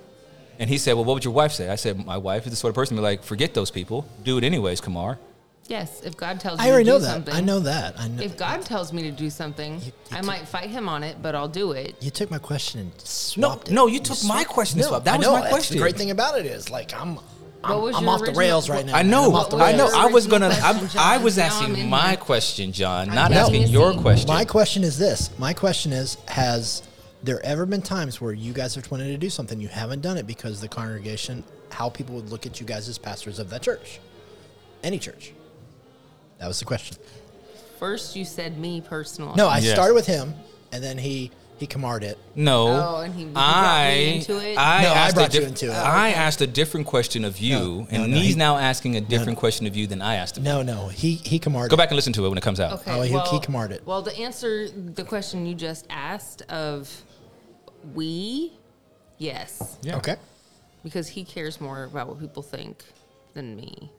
Speaker 2: And he said, Well, what would your wife say? I said, My wife is the sort of person to be like, Forget those people, do it anyways, Kamar.
Speaker 4: Yes, if God tells me
Speaker 1: I already
Speaker 4: to
Speaker 1: know
Speaker 4: do
Speaker 1: that.
Speaker 4: something,
Speaker 1: I know that. I know.
Speaker 4: If God tells me to do something,
Speaker 1: You- you
Speaker 4: I
Speaker 1: took-
Speaker 4: might fight Him on it, but I'll do it.
Speaker 1: you took my question and
Speaker 2: No,
Speaker 1: swapped it.
Speaker 2: no, you took my question as well. That
Speaker 1: I
Speaker 2: was
Speaker 1: know,
Speaker 2: my
Speaker 1: that's
Speaker 2: question.
Speaker 1: The great thing about it is, like, I'm, I'm,
Speaker 4: What was
Speaker 1: I'm
Speaker 4: your
Speaker 1: off the
Speaker 4: original-
Speaker 1: rails right now.
Speaker 2: I know,
Speaker 1: I'm off the
Speaker 4: what
Speaker 2: I know.
Speaker 1: rails.
Speaker 4: was your
Speaker 2: I was gonna.
Speaker 4: original
Speaker 2: I'm,
Speaker 4: question,
Speaker 2: I
Speaker 4: John?
Speaker 2: was
Speaker 4: Now I'm
Speaker 2: asking
Speaker 4: in
Speaker 2: my
Speaker 4: here.
Speaker 2: question, John,
Speaker 4: I'm
Speaker 2: not
Speaker 4: now
Speaker 2: asking
Speaker 4: in
Speaker 2: your
Speaker 4: here.
Speaker 2: question.
Speaker 1: My question is this. My question is, has there ever been times where you guys have wanted to do something you haven't done it because the congregation, how people would look at you guys as pastors of that church, any church? That was the question.
Speaker 4: First, you said me personally.
Speaker 1: No, I
Speaker 2: Yes.
Speaker 1: started with him, and then he he camarred it.
Speaker 2: No.
Speaker 4: Oh, and he- he brought
Speaker 2: I,
Speaker 4: me into it?
Speaker 2: I
Speaker 1: No, I
Speaker 2: asked
Speaker 1: brought
Speaker 2: a
Speaker 1: you
Speaker 2: diff-
Speaker 1: into it.
Speaker 2: I asked a different question of you,
Speaker 1: No, no,
Speaker 2: and
Speaker 1: no,
Speaker 2: he's
Speaker 1: he-
Speaker 2: now asking a different question of you than I asked him.
Speaker 1: No, no, he he camarred.
Speaker 2: Go
Speaker 1: it.
Speaker 2: back and listen to it when it comes out.
Speaker 4: Okay.
Speaker 1: Oh, he- he
Speaker 4: well,
Speaker 1: commanded it.
Speaker 4: Well, to answer the question you just asked of we, yes,
Speaker 2: Yeah.
Speaker 1: Okay.
Speaker 4: because he cares more about what people think than me.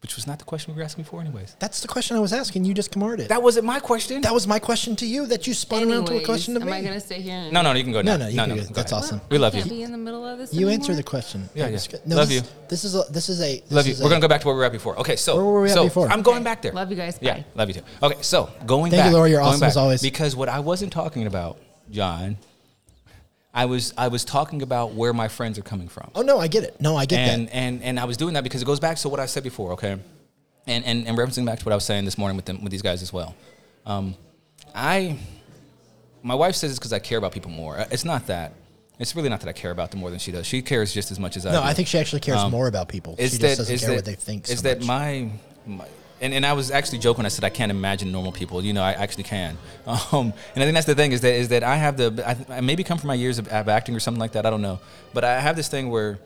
Speaker 2: Which was not the question we were asking for, anyways.
Speaker 1: That's the question I was asking. You just camarred it. That,
Speaker 2: That wasn't my question.
Speaker 1: was my question to you that you spun around to a
Speaker 4: Anyways,
Speaker 1: question to
Speaker 4: am
Speaker 1: me.
Speaker 4: I going to stay here? And
Speaker 2: no, no, you can go
Speaker 1: No, no,
Speaker 2: now.
Speaker 1: you can go. That's
Speaker 2: ahead.
Speaker 1: awesome.
Speaker 2: We love
Speaker 4: can't
Speaker 2: you.
Speaker 4: Be in the middle of this.
Speaker 1: you answer the
Speaker 4: anymore?
Speaker 1: question.
Speaker 2: Yeah,
Speaker 1: That
Speaker 2: yeah.
Speaker 1: was good.
Speaker 2: Love
Speaker 1: this,
Speaker 2: you.
Speaker 1: This is a, this is a this
Speaker 2: Love you.
Speaker 1: is
Speaker 2: We're
Speaker 1: a-
Speaker 2: gonna go back to where we were at before. Okay, so
Speaker 1: Where were we at
Speaker 2: so
Speaker 1: before?
Speaker 2: I'm going
Speaker 4: Okay.
Speaker 2: back there.
Speaker 4: Love you guys.
Speaker 2: Yeah,
Speaker 4: Bye.
Speaker 2: love you too. Okay, so going
Speaker 1: Thank you,
Speaker 2: back.
Speaker 1: Laura. You're
Speaker 2: going
Speaker 1: awesome as
Speaker 2: back,
Speaker 1: always.
Speaker 2: Because what I wasn't talking about, John, I was I was talking about where my friends are coming from.
Speaker 1: Oh no, I get it. No, I get
Speaker 2: and
Speaker 1: that.
Speaker 2: and and I was doing that because it goes back to what I said before, okay, and and, and referencing back to what I was saying this morning with them with these guys as well. Um, I, my wife says it's because I care about people more. Uh, It's not that. It's really not that I care about them more than she does. She cares just as much as I.
Speaker 1: No,
Speaker 2: do.
Speaker 1: I think she actually cares more about people. She
Speaker 2: Um, Is
Speaker 1: just
Speaker 2: that-
Speaker 1: doesn't
Speaker 2: is
Speaker 1: care
Speaker 2: that-
Speaker 1: what they think. so
Speaker 2: Is that
Speaker 1: much.
Speaker 2: my, my and, and I was actually joking. I said I can't imagine normal people. You know, I actually can. Um, and I think that's the thing is that is that I have the I, th- I maybe come from my years of, of acting or something like that. I don't know, but I have this thing where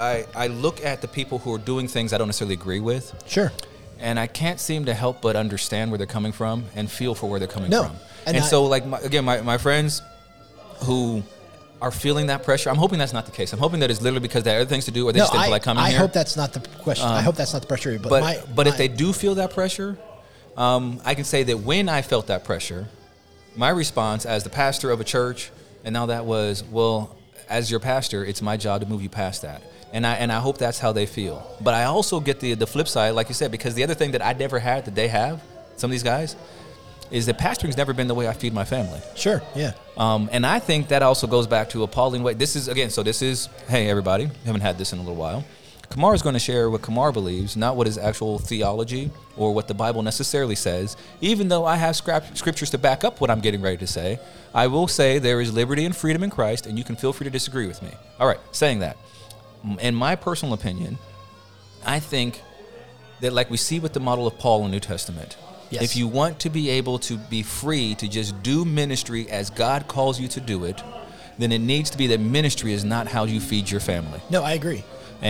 Speaker 2: I I look at the people who are doing things I don't necessarily agree with,
Speaker 1: Sure.
Speaker 2: and I can't seem to help but understand where they're coming from and feel for where they're coming
Speaker 1: No,
Speaker 2: from.
Speaker 1: and
Speaker 2: And,
Speaker 1: I-
Speaker 2: so, like my, again, my, my friends who are feeling that pressure, I'm hoping that's not the case. I'm hoping that it's literally because they have other things to do, or they
Speaker 1: No,
Speaker 2: just didn't
Speaker 1: I,
Speaker 2: feel like coming
Speaker 1: I
Speaker 2: here. Um,
Speaker 1: hope that's not the question. I hope that's not the pressure. But
Speaker 2: but
Speaker 1: my,
Speaker 2: but
Speaker 1: my-
Speaker 2: if they do feel that pressure, um, I can say that when I felt that pressure, my response as the pastor of a church, and now that was well, as your pastor, it's my job to move you past that. and I and I hope that's how they feel. But I also get the the flip side, like you said, because the other thing that I never had that they have, some of these guys, is that pastoring's never been the way I feed my family.
Speaker 1: Sure. Yeah.
Speaker 2: Um, and I think that also goes back to appalling way. This is again, so this is hey everybody, haven't had this in a little while. Kamar is going to share what Kamar believes, not what his actual theology or what the Bible necessarily says. Even though I have scrap- scriptures to back up what I'm getting ready to say, I will say there is liberty and freedom in Christ, and you can feel free to disagree with me. All right, saying that, m- in my personal opinion, I think that like we see with the model of Paul in the New Testament.
Speaker 1: Yes.
Speaker 2: If you want to be able to be free to just do ministry as God calls you to do it, then it needs to be that ministry is not how you feed your family.
Speaker 1: No, I agree.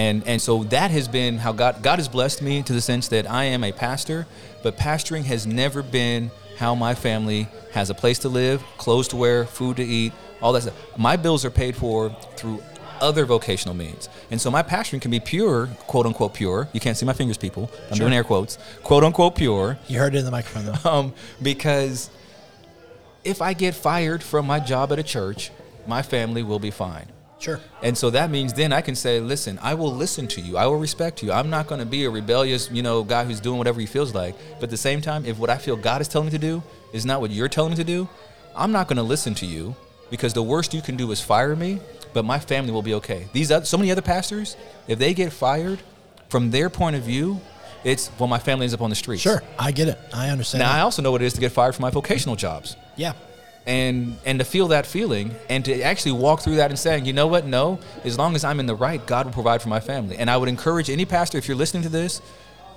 Speaker 2: And and so that has been how God God has blessed me to the sense that I am a pastor, but pastoring has never been how my family has a place to live, clothes to wear, food to eat, all that stuff. My bills are paid for through other vocational means. And so my pastoring can be pure, quote unquote pure. You can't see my fingers, people. I'm doing air quotes. Quote unquote pure
Speaker 1: You heard it in the microphone though.
Speaker 2: um, because if I get fired from my job at a church, my family will be fine.
Speaker 1: Sure.
Speaker 2: And so that means then I can say, listen, I will listen to you. I will respect you. I'm not going to be a rebellious, you know, guy who's doing whatever he feels like. But at the same time, if what I feel God is telling me to do is not what you're telling me to do, I'm not going to listen to you because the worst you can do is fire me, but my family will be okay. These other, so many other pastors, if they get fired from their point of view, it's well, my family ends up on the streets.
Speaker 1: Sure. I get it. I understand.
Speaker 2: Now I
Speaker 1: that.
Speaker 2: also know what it is to get fired from my vocational jobs,
Speaker 1: yeah.
Speaker 2: and and to feel that feeling, and to actually walk through that and saying, you know what, no, as long as I'm in the right, God will provide for my family. And I would encourage any pastor, if you're listening to this,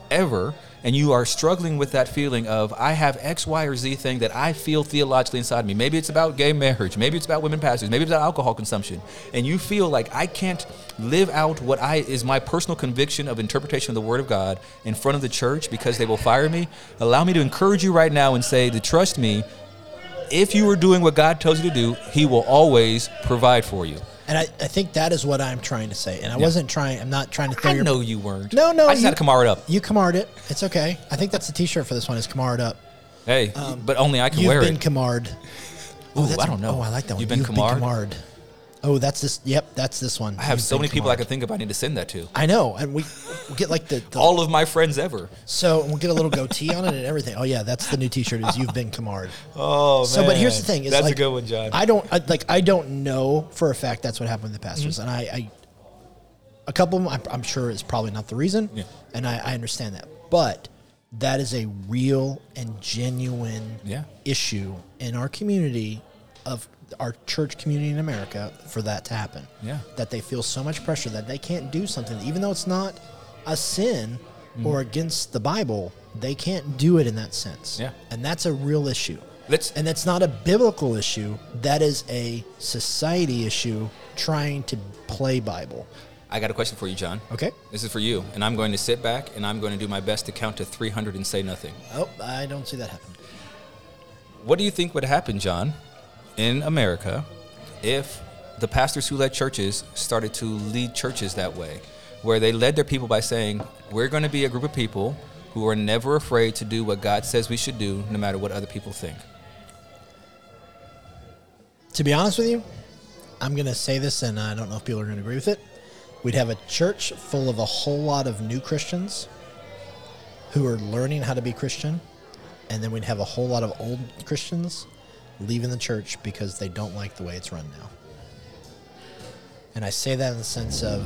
Speaker 2: ever, and you are struggling with that feeling of I have X, Y, or Z thing that I feel theologically inside me. Maybe it's about gay marriage. Maybe it's about women pastors. Maybe it's about alcohol consumption, and you feel like I can't live out what I is my personal conviction of interpretation of the Word of God in front of the church because they will fire me. Allow me to encourage you right now and say to trust me if you are doing what God tells you to do, He will always provide for you.
Speaker 1: And I, I think that is what I'm trying to say. And I wasn't trying. I'm not trying to throw
Speaker 2: I
Speaker 1: your.
Speaker 2: know you weren't.
Speaker 1: No, no.
Speaker 2: I just
Speaker 1: you,
Speaker 2: had to Kamara it up.
Speaker 1: You Kamard it. It's okay. I think that's the T-shirt for this one. Is Kamard up?
Speaker 2: Hey, but only I can
Speaker 1: um, You've
Speaker 2: wear
Speaker 1: been
Speaker 2: it.
Speaker 1: Kamard.
Speaker 2: Ooh,
Speaker 1: that's-
Speaker 2: I don't know.
Speaker 1: Oh, I like that one.
Speaker 2: You've been Kamard.
Speaker 1: Kamard. Oh, that's this. Yep, that's this one.
Speaker 2: I have so many people I could think of I need to send that to.
Speaker 1: I know, and we we get like the, the
Speaker 2: All of my friends ever.
Speaker 1: so and we'll get a little goatee on it and everything. Oh yeah, that's the new T-shirt. Is you've been Kamard.
Speaker 2: Oh man.
Speaker 1: So, but here's the thing: is
Speaker 2: That's
Speaker 1: like,
Speaker 2: a good one, John.
Speaker 1: I don't I, like. I don't know for a fact that's what happened with the pastors, and I, I a couple of them, I'm, I'm sure is probably not the reason,
Speaker 2: Yeah.
Speaker 1: and I, I understand that, but that is a real and genuine
Speaker 2: Yeah.
Speaker 1: issue in our community of our church community in America for that to happen.
Speaker 2: Yeah.
Speaker 1: that they feel so much pressure that they can't do something, even though it's not a sin
Speaker 2: Mm-hmm.
Speaker 1: or against the Bible. They can't do it in that sense.
Speaker 2: Yeah.
Speaker 1: And that's a real issue.
Speaker 2: Let's
Speaker 1: And that's not a biblical issue. That is a society issue trying to play Bible.
Speaker 2: I got a question for you, John.
Speaker 1: Okay.
Speaker 2: This is for you, and I'm going to sit back and I'm going to do my best to count to 300 and say nothing.
Speaker 1: Oh, I don't see that happen.
Speaker 2: What do you think would happen, John, in America if the pastors who led churches started to lead churches that way, where they led their people by saying, We're going to be a group of people who are never afraid to do what God says we should do, no matter what other people think?
Speaker 1: To be honest with you, I'm going to say this, and I don't know if people are going to agree with it. We'd have a church full of a whole lot of new Christians who are learning how to be Christian, and then we'd have a whole lot of old Christians leaving the church because they don't like the way it's run now. And I say that in the sense of,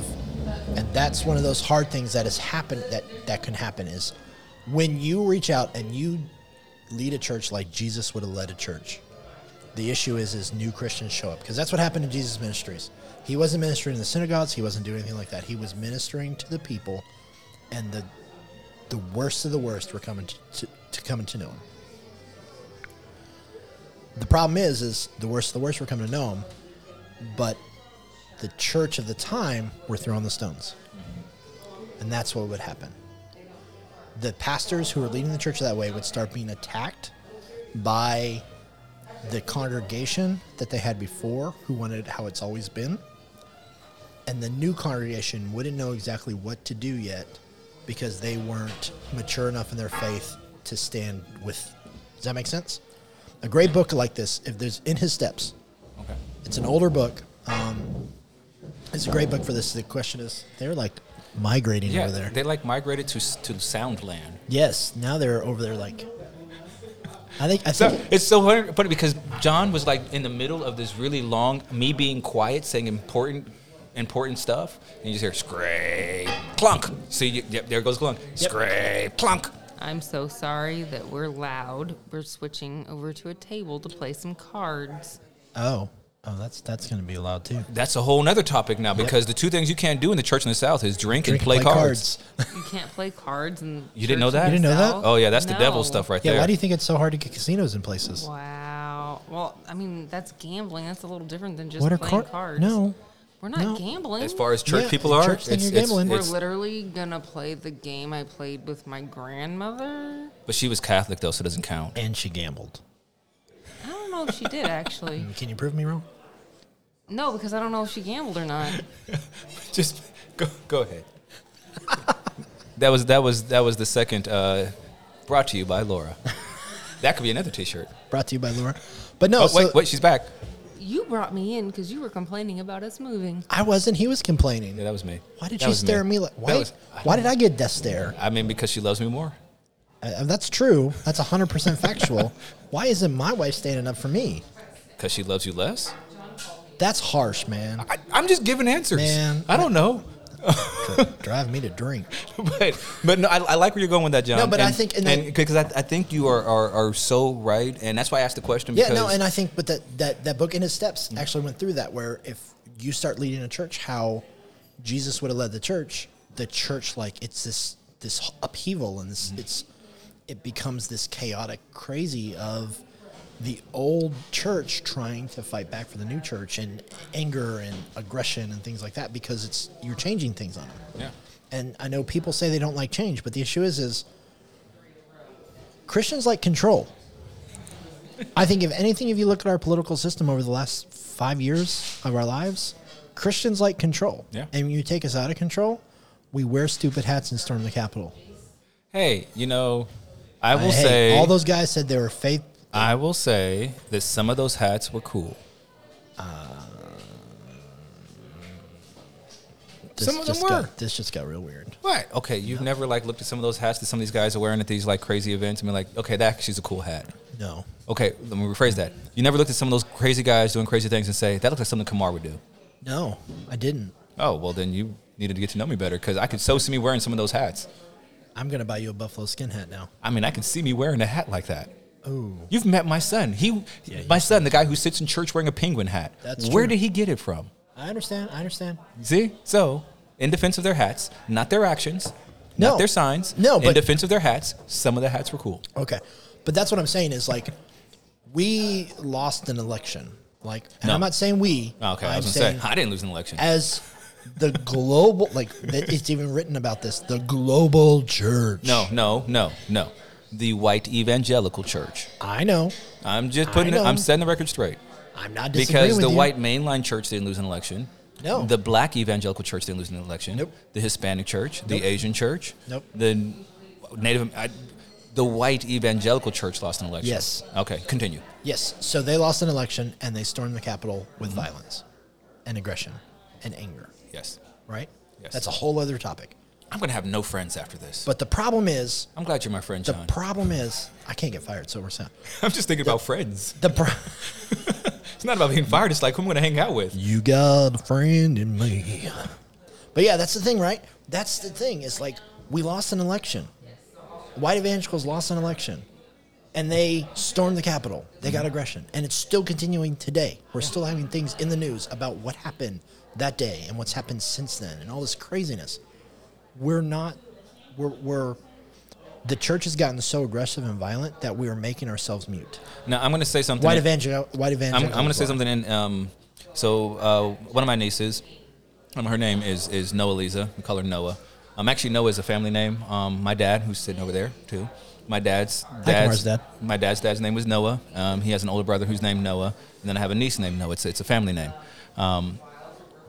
Speaker 1: and that's one of those hard things that has happened that that can happen is when you reach out and you lead a church like Jesus would have led a church. The issue is is new Christians show up because that's what happened in Jesus' ministries. He wasn't ministering in the synagogues. He wasn't doing anything like that. He was ministering to the people, and the the worst of the worst were coming to, to, to coming to know him. The problem is is the worst of the worst were coming to know him, but the church of the time were throwing the stones, and that's what would happen. The pastors who were leading the church that way would start being attacked by the congregation that they had before who wanted how it's always been and the new congregation wouldn't know exactly what to do yet because they weren't mature enough in their faith to stand with does that make sense a great book like this if there's in his steps
Speaker 2: Okay.
Speaker 1: it's an older book um, it's It's a great book for this. The question is, they're like migrating
Speaker 2: Yeah,
Speaker 1: over there.
Speaker 2: they like migrated to s- to Soundland.
Speaker 1: yes, now they're over there. Like, I think I
Speaker 2: So
Speaker 1: think
Speaker 2: it's so hard- funny because John was like in the middle of this really long me being quiet saying important important stuff, and you just hear scrape clunk. So you, yep, there goes clunk. Scrape clunk.
Speaker 4: I'm so sorry that we're loud. We're switching over to a table to play some cards.
Speaker 1: oh oh that's that's gonna be allowed too.
Speaker 2: That's a whole nother topic now because the two things you can't do in the church in the South is drink, and play, cards.
Speaker 4: You can't play cards and
Speaker 2: You didn't know that? You
Speaker 1: didn't know that?
Speaker 2: Oh yeah, that's the devil stuff right
Speaker 1: Yeah,
Speaker 2: there.
Speaker 1: why do you think it's so hard to get casinos in places?
Speaker 4: Wow. Well, I mean, that's gambling. That's a little different than just
Speaker 1: What are
Speaker 4: playing
Speaker 1: car-
Speaker 4: cards.
Speaker 1: No.
Speaker 4: we're not
Speaker 1: No.
Speaker 4: gambling.
Speaker 2: as far as church
Speaker 1: Yeah,
Speaker 2: people
Speaker 1: the
Speaker 2: are,
Speaker 1: church thing
Speaker 2: it's-
Speaker 1: you're
Speaker 2: it's-
Speaker 1: gambling.
Speaker 4: we're
Speaker 2: it's-
Speaker 4: literally gonna play the game I played with my grandmother.
Speaker 2: but she was Catholic though, so it doesn't count.
Speaker 1: And she gambled.
Speaker 4: I don't know if she did actually.
Speaker 1: Can you prove me wrong?
Speaker 4: No, because I don't know if she gambled or not.
Speaker 2: Just go, go ahead. that was that was that was the second uh, brought to you by Laura. That could be another T-shirt.
Speaker 1: Brought to you by Laura. But no,
Speaker 2: Oh,
Speaker 1: so
Speaker 2: wait, wait, she's back.
Speaker 4: You brought me in because you were complaining about us moving.
Speaker 1: I wasn't. He was complaining.
Speaker 2: Yeah, that was me.
Speaker 1: Why did
Speaker 2: That
Speaker 1: she
Speaker 2: was
Speaker 1: stare at me like?
Speaker 2: That
Speaker 1: Why?
Speaker 2: was-
Speaker 1: why did I get that stare?
Speaker 2: I mean, because she loves me more.
Speaker 1: Uh, that's true. That's hundred percent factual. Why isn't my wife standing up for me?
Speaker 2: Because she loves you less.
Speaker 1: That's harsh, man.
Speaker 2: I, I'm just giving answers.
Speaker 1: Man.
Speaker 2: I don't know,
Speaker 1: Drive me to drink.
Speaker 2: but but no, I, I like where you're going with that, John.
Speaker 1: No, but I think- and then-
Speaker 2: because I, I think you are, are are so right, and that's why I asked the question.
Speaker 1: Yeah,
Speaker 2: because
Speaker 1: no, and I think, but that that that book in his steps actually went through that. Where if you start leading a church, how Jesus would have led the church, the church like it's this this upheaval and
Speaker 2: Mm-hmm.
Speaker 1: this it's it becomes this chaotic crazy of the old church trying to fight back for the new church and anger and aggression and things like that because it's you're changing things on them.
Speaker 2: yeah.
Speaker 1: and I know people say they don't like change, but the issue is is Christians like control. I think if anything, if you look at our political system over the last five years of our lives, Christians like control.
Speaker 2: Yeah.
Speaker 1: And you take us out of control, we wear stupid hats and storm the Capitol.
Speaker 2: Hey, you know, I will
Speaker 1: Hey,
Speaker 2: say
Speaker 1: all those guys said they were faith.
Speaker 2: I will say that some of those hats were cool.
Speaker 1: This
Speaker 2: Some of them
Speaker 1: just
Speaker 2: were.
Speaker 1: Got, this just got real weird.
Speaker 2: Right. Okay. You've never like looked at some of those hats that some of these guys are wearing at these like crazy events and been like, okay, that actually's a cool hat.
Speaker 1: No.
Speaker 2: Okay, let me rephrase that. You never looked at some of those crazy guys doing crazy things and say that looks like something Kamar would do.
Speaker 1: No, I didn't.
Speaker 2: Oh well, then you needed to get to know me better because I could so see me wearing some of those hats.
Speaker 1: I'm going to buy you a buffalo skin hat now.
Speaker 2: I mean, I can see me wearing a hat like that.
Speaker 1: Oh.
Speaker 2: You've met my son. He,
Speaker 1: Yeah,
Speaker 2: my
Speaker 1: you-
Speaker 2: son, the guy who sits in church wearing a penguin hat.
Speaker 1: That's
Speaker 2: Where
Speaker 1: true.
Speaker 2: did he get it from?
Speaker 1: I understand. I understand.
Speaker 2: See? So, in defense of their hats, not their actions,
Speaker 1: No.
Speaker 2: not their signs.
Speaker 1: No,
Speaker 2: in
Speaker 1: but-
Speaker 2: defense of their hats, some of the hats were cool.
Speaker 1: Okay. But that's what I'm saying is like we lost an election. Like and
Speaker 2: No.
Speaker 1: I'm not saying we.
Speaker 2: Oh, Okay,
Speaker 1: I'm
Speaker 2: I was gonna
Speaker 1: saying
Speaker 2: say I didn't lose an election.
Speaker 1: as the global like th- it's even written about this, the global church.
Speaker 2: No, no, no, no. The white evangelical church.
Speaker 1: I know.
Speaker 2: I'm just putting it.
Speaker 1: know.
Speaker 2: I'm setting the record straight
Speaker 1: I'm not disagreeing
Speaker 2: because
Speaker 1: with
Speaker 2: the
Speaker 1: you.
Speaker 2: white mainline church didn't lose an election.
Speaker 1: No.
Speaker 2: The black evangelical church didn't lose an election.
Speaker 1: Nope.
Speaker 2: The Hispanic church, the
Speaker 1: Nope.
Speaker 2: Asian church,
Speaker 1: Nope.
Speaker 2: the Native, I, the white evangelical church lost an election.
Speaker 1: Yes.
Speaker 2: Okay. Continue.
Speaker 1: Yes. So they lost an election and they stormed the Capitol
Speaker 2: Mm-hmm.
Speaker 1: with violence and aggression and anger.
Speaker 2: Yes.
Speaker 1: Right?
Speaker 2: Yes.
Speaker 1: That's a whole other topic.
Speaker 2: I'm gonna have no friends after this.
Speaker 1: But the problem is
Speaker 2: I'm glad you're my friend,
Speaker 1: the
Speaker 2: John.
Speaker 1: problem is I can't get fired, so we're set.
Speaker 2: I'm just thinking about friends.
Speaker 1: The pro-
Speaker 2: It's not about being fired. It's like who I'm gonna hang out with.
Speaker 1: You got a friend in me. But yeah, that's the thing, right? That's the thing. It's like we lost an election. White evangelicals lost an election. And they stormed the Capitol. They
Speaker 2: Mm-hmm.
Speaker 1: got aggression. And it's still continuing today. We're still having things in the news about what happened that day and what's happened since then and all this craziness. We're not, we're, we're the church has gotten so aggressive and violent that we are making ourselves mute.
Speaker 2: Now I'm gonna say something.
Speaker 1: White
Speaker 2: that-
Speaker 1: evangel, white
Speaker 2: I'm,
Speaker 1: evangel.
Speaker 2: I'm going to say something. In, um, so uh, one of my nieces, um, her name is is Noah Lisa. We call her Noah. Um, actually, Noah is a family name. Um, my dad, who's sitting over there too, my dad's dad's
Speaker 1: Kamar's dad.
Speaker 2: my dad's dad's name was Noah. Um, he has an older brother who's named Noah, and then I have a niece named Noah. It's it's a family name. Um,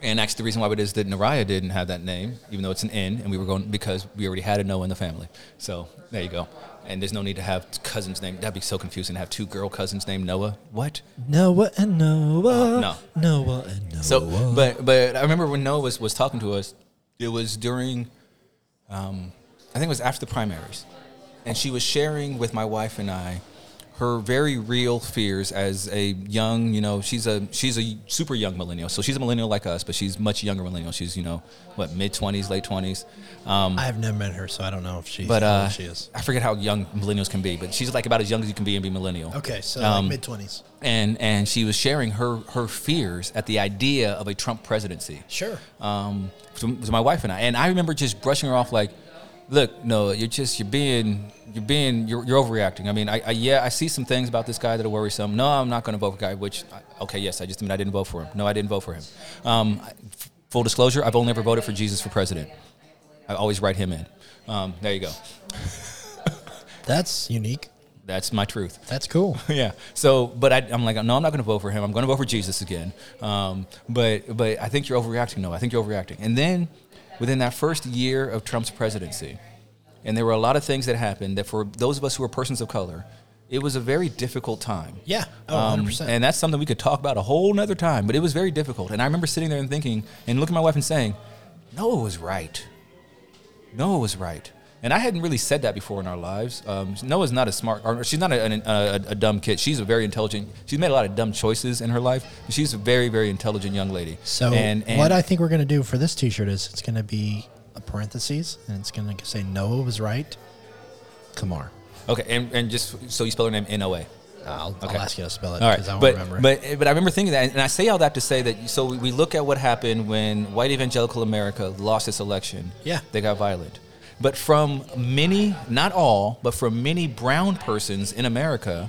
Speaker 2: and actually, the reason why it is that Naraya didn't have that name, even though it's an N, and we were going because we already had a Noah in the family. So there you go. And there's no need to have cousins named. That'd be so confusing to have two girl cousins named Noah. What?
Speaker 1: Noah and Noah.
Speaker 2: Uh, no.
Speaker 1: Noah and Noah.
Speaker 2: So, but but I remember when Noah was, was talking to us. It was during, um, I think it was after the primaries, and she was sharing with my wife and I her very real fears as a young, you know, she's a she's a super young millennial. So she's a millennial like us, but she's much younger millennial. She's you know what mid twenties, late twenties. Um,
Speaker 1: I've never met her, so I don't know if she's
Speaker 2: but
Speaker 1: how
Speaker 2: uh,
Speaker 1: old she is.
Speaker 2: I forget how young millennials can be, but she's like about as young as you can be and be millennial.
Speaker 1: Okay, so
Speaker 2: Um,
Speaker 1: like mid twenties.
Speaker 2: and and she was sharing her her fears at the idea of a Trump presidency.
Speaker 1: Sure.
Speaker 2: Um, to, to my wife and I, and I remember just brushing her off like, "Look, no, you're just you're being you're being you're, you're overreacting." I mean, I, I yeah, I see some things about this guy that are worrisome. No, I'm not going to vote for guy. Which I- okay, yes, I just mean I didn't vote for him. No, I didn't vote for him. Um, I- f- full disclosure, I've only ever voted for Jesus for president. I always write him in. Um, there you go.
Speaker 1: That's unique.
Speaker 2: That's my truth.
Speaker 1: That's cool.
Speaker 2: yeah. So, but I, I'm like, no, I'm not going to vote for him. I'm going to vote for Jesus again. Um, but, but I think you're overreacting. No, I think you're overreacting. And then, within that first year of Trump's presidency, and there were a lot of things that happened that for those of us who are persons of color, it was a very difficult time.
Speaker 1: Yeah. Oh,
Speaker 2: Um,
Speaker 1: 100%.
Speaker 2: and that's something we could talk about a whole nother time, but it was very difficult. And I remember sitting there and thinking and looking at my wife and saying, Noah was right. Noah was right. And I hadn't really said that before in our lives. Um, Noah's not a smart, or she's not a, an- a, a dumb kid. She's a very intelligent. She's made a lot of dumb choices in her life. But she's a very, very intelligent young lady.
Speaker 1: So what I think we're gonna do for this T-shirt is it's gonna be a parentheses and it's gonna say Noah was right. Kamar.
Speaker 2: okay, and, and just so you spell her name N O A.
Speaker 1: I'll,
Speaker 2: Okay.
Speaker 1: I'll ask you to spell it
Speaker 2: All right,
Speaker 1: because I won't
Speaker 2: but,
Speaker 1: remember. it.
Speaker 2: But but I remember thinking that, and I say all that to say that. So we, we look at what happened when white evangelical America lost its election.
Speaker 1: Yeah.
Speaker 2: they got violent. But from many, not all, but from many brown persons in America,